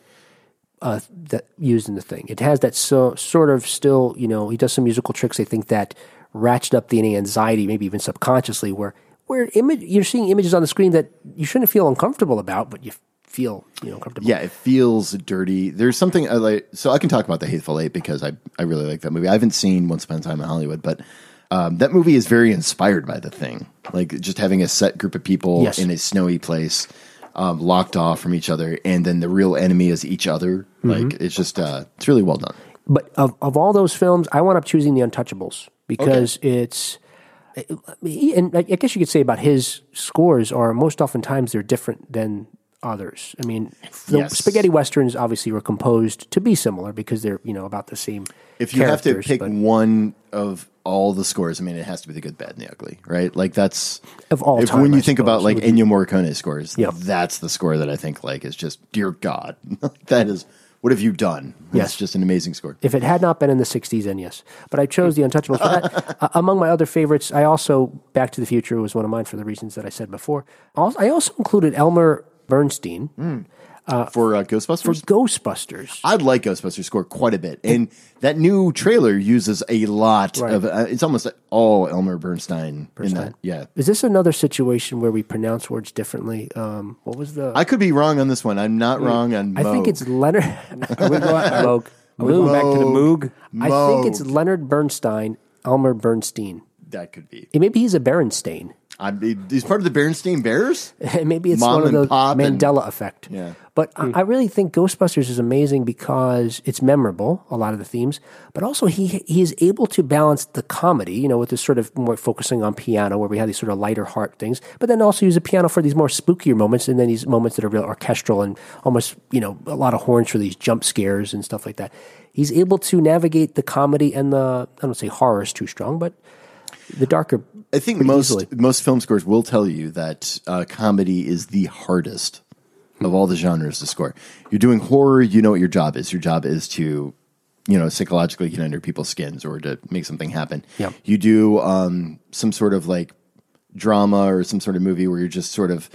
Speaker 2: uh, that used in the thing. It has that so, sort of still, you know, he does some musical tricks. I think that ratchet up the any anxiety, maybe even subconsciously, where where image you're seeing images on the screen that you shouldn't feel uncomfortable about, but you f- feel you know comfortable.
Speaker 5: Yeah, it feels dirty. There's something I like. So I can talk about The Hateful Eight because I, I really like that movie. I haven't seen Once Upon a Time in Hollywood, but um, that movie is very inspired by the thing. Like just having a set group of people
Speaker 2: Yes.
Speaker 5: in a snowy place, um, locked off from each other, and then the real enemy is each other.
Speaker 2: Mm-hmm.
Speaker 5: Like it's just uh, it's really well done.
Speaker 2: But of, of all those films, I wound up choosing The Untouchables because it's. he- And I I guess you could say about his scores are most oftentimes they're different than others. I mean, the
Speaker 5: Yes.
Speaker 2: spaghetti westerns obviously were composed to be similar because they're you know about the same.
Speaker 5: If you have to
Speaker 2: characters,
Speaker 5: pick
Speaker 2: but
Speaker 5: one of all the scores, I mean, it has to be the good, bad, and the ugly, right? Like that's
Speaker 2: Of all
Speaker 5: If
Speaker 2: time,
Speaker 5: when you
Speaker 2: I
Speaker 5: think about
Speaker 2: suppose,
Speaker 5: like
Speaker 2: would you-
Speaker 5: Ennio Morricone scores,
Speaker 2: Yeah.
Speaker 5: that's the score that I think like is just dear God, that is what have you done?
Speaker 2: Yes.
Speaker 5: It's just an amazing score.
Speaker 2: If it had not been in the 60s, then yes. But I chose The Untouchables for that. uh, among my other favorites, I also, Back to the Future was one of mine for the reasons that I said before. Al- I also included Elmer Bernstein
Speaker 5: for uh,
Speaker 2: for
Speaker 5: Ghostbusters,
Speaker 2: Ghostbusters.
Speaker 5: I like Ghostbusters score quite a bit, and that new trailer uses a lot
Speaker 2: Right.
Speaker 5: of. Uh, it's almost all Elmer Bernstein, in that. Yeah,
Speaker 2: Is this another situation where we pronounce words differently? Um, what was the?
Speaker 5: I could be wrong on this one. I'm not wrong on.
Speaker 2: I think
Speaker 5: Moog.
Speaker 2: it's Leonard.
Speaker 4: Are we going, are
Speaker 2: Moog.
Speaker 4: we going back to the
Speaker 5: Moog.
Speaker 4: Moog?
Speaker 2: I think it's
Speaker 5: Moog.
Speaker 2: Leonard Bernstein, Elmer Bernstein.
Speaker 5: that could be.
Speaker 2: Eh, Maybe he's a Berenstain.
Speaker 5: I mean, he's part of the Bernstein Bears.
Speaker 2: Maybe it's
Speaker 5: Mom
Speaker 2: one of
Speaker 5: and
Speaker 2: the
Speaker 5: pop and-
Speaker 2: Mandela effect.
Speaker 5: Yeah. Hmm.
Speaker 2: But I, I really think Ghostbusters is amazing because it's memorable, a lot of the themes, but also he he is able to balance the comedy, you know, with this sort of more focusing on piano where we have these sort of lighter heart things, but then also use a piano for these more spookier moments and then these moments that are real orchestral and almost, you know, a lot of horns for these jump scares and stuff like that. He's able to navigate the comedy and the I don't say horror is too strong, but the darker
Speaker 5: I think most
Speaker 2: easily.
Speaker 5: most film scores will tell you that uh, comedy is the hardest of all the genres to score. You're doing horror, you know what your job is. Your job is to, you know, psychologically get under people's skins or to make something happen.
Speaker 2: Yeah.
Speaker 5: You do um, some sort of like drama or some sort of movie where you're just sort of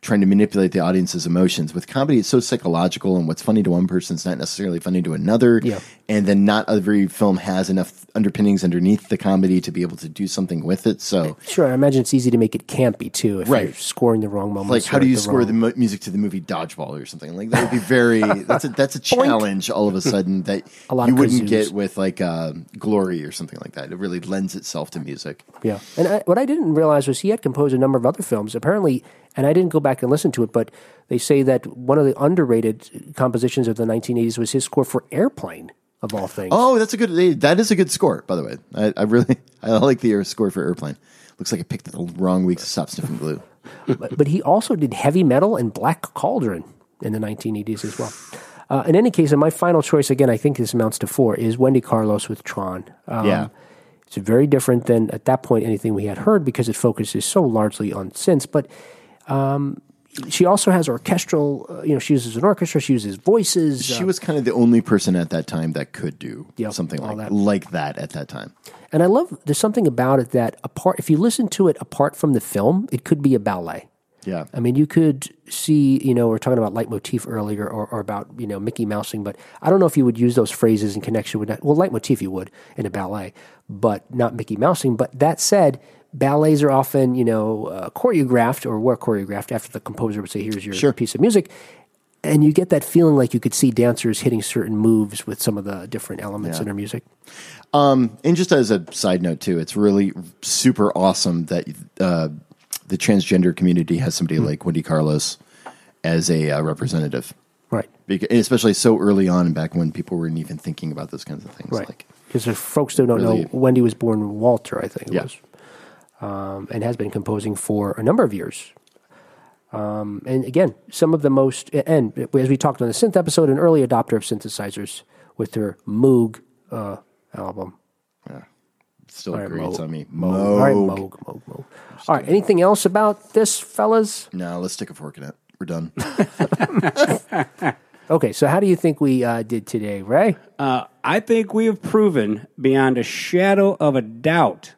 Speaker 5: trying to manipulate the audience's emotions. With comedy, it's so psychological, and what's funny to one person is not necessarily funny to another.
Speaker 2: Yeah.
Speaker 5: And then not every film has enough underpinnings underneath the comedy to be able to do something with it. So,
Speaker 2: Sure, I imagine it's easy to make it campy too if
Speaker 5: Right.
Speaker 2: you're scoring the wrong moments.
Speaker 5: like, how
Speaker 2: or
Speaker 5: do you
Speaker 2: the
Speaker 5: score the
Speaker 2: wrong-
Speaker 5: mu- music to the movie Dodgeball or something? Like that would be very that's a that's a challenge all of a sudden that
Speaker 2: A lot
Speaker 5: you
Speaker 2: of
Speaker 5: wouldn't
Speaker 2: kazoos.
Speaker 5: get with like uh, Glory or something like that. It really lends itself to music.
Speaker 2: Yeah, and I, what I didn't realize was he had composed a number of other films. Apparently, and I didn't go back and listen to it, but they say that one of the underrated compositions of the 1980s was his score for Airplane, of all things.
Speaker 5: Oh, that's a good. they- That is a good score, by the way. I, I really I like the air score for Airplane. Looks like I picked the wrong week to stop sniffing glue.
Speaker 2: but, but he also did heavy metal and Black Cauldron in the 1980s as well. Uh, in any case, and my final choice again, I think this amounts to four, is Wendy Carlos with Tron. Um,
Speaker 5: Yeah.
Speaker 2: it's very different than at that point anything we had heard because it focuses so largely on synths. But um, she also has orchestral. Uh, you know, she uses an orchestra. She uses voices. uh,
Speaker 5: She was kind of the only person at that time that could do
Speaker 2: Yep,
Speaker 5: something
Speaker 2: all
Speaker 5: like
Speaker 2: that.
Speaker 5: like that at that time.
Speaker 2: And I love there's something about it that apart if you listen to it apart from the film, it could be a ballet.
Speaker 5: Yeah.
Speaker 2: I mean, you could see, you know, we are talking about leitmotif earlier or, or about, you know, Mickey Mousing, but I don't know if you would use those phrases in connection with that. Well, leitmotif you would in a ballet, but not Mickey Mousing. But that said, ballets are often, you know, uh, choreographed or were choreographed after the composer would say, here's your piece of music. And you get that feeling like you could see dancers hitting certain moves with some of the different elements in her music.
Speaker 5: And just as a side note too, it's really super awesome that uh, the transgender community has
Speaker 2: Hmm.
Speaker 5: somebody like Wendy Carlos as a uh, representative,
Speaker 2: Right.
Speaker 5: Beca- especially so early on, back when people weren't even thinking about those kinds of things. Like,
Speaker 2: Because if folks who don't
Speaker 5: really-
Speaker 2: know, Wendy was born Walter, I think it
Speaker 5: Yeah.
Speaker 2: was, um, and has been composing for a number of years. Um, and again, some of the most, and as we talked on the synth episode, an early adopter of synthesizers with her Moog uh, album.
Speaker 5: still
Speaker 2: right,
Speaker 5: grates
Speaker 2: Moog.
Speaker 5: on me.
Speaker 2: All right,
Speaker 5: Moog.
Speaker 2: Moog, Moog, Moog. All right, anything else about this, fellas?
Speaker 5: No, let's stick a fork in it. We're done.
Speaker 2: Okay, so how do you think we uh, did today, Ray?
Speaker 4: Uh, I think we have proven beyond a shadow of a doubt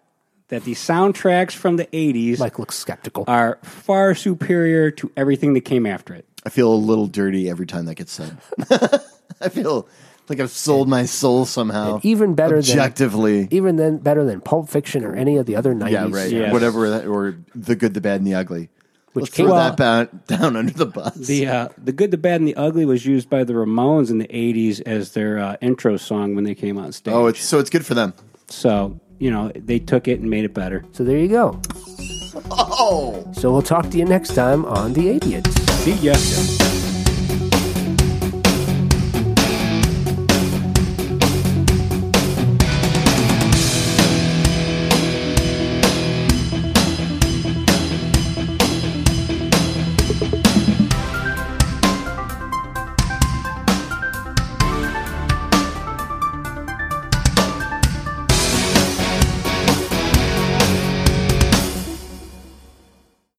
Speaker 4: that the soundtracks from the 80s
Speaker 2: Mike looks skeptical.
Speaker 4: are far superior to everything that came after it.
Speaker 5: I feel a little dirty every time that gets said. I feel like I've sold my soul somehow.
Speaker 2: And even better than-
Speaker 5: objectively.
Speaker 2: Even then, better than Pulp Fiction or any of the other 90s.
Speaker 5: yeah, right.
Speaker 4: Yes.
Speaker 5: Whatever that, or the good, the bad, and the ugly. Which Let's
Speaker 2: came-
Speaker 5: throw that ba- down under the bus.
Speaker 4: The uh, the good, the bad, and the ugly was used by the Ramones in the '80s as their uh, intro song when they came on stage.
Speaker 5: oh, it's so it's good for them.
Speaker 4: so you know they took it and made it better.
Speaker 2: So there you go. So we'll talk to you next time on The Idiots.
Speaker 4: See ya.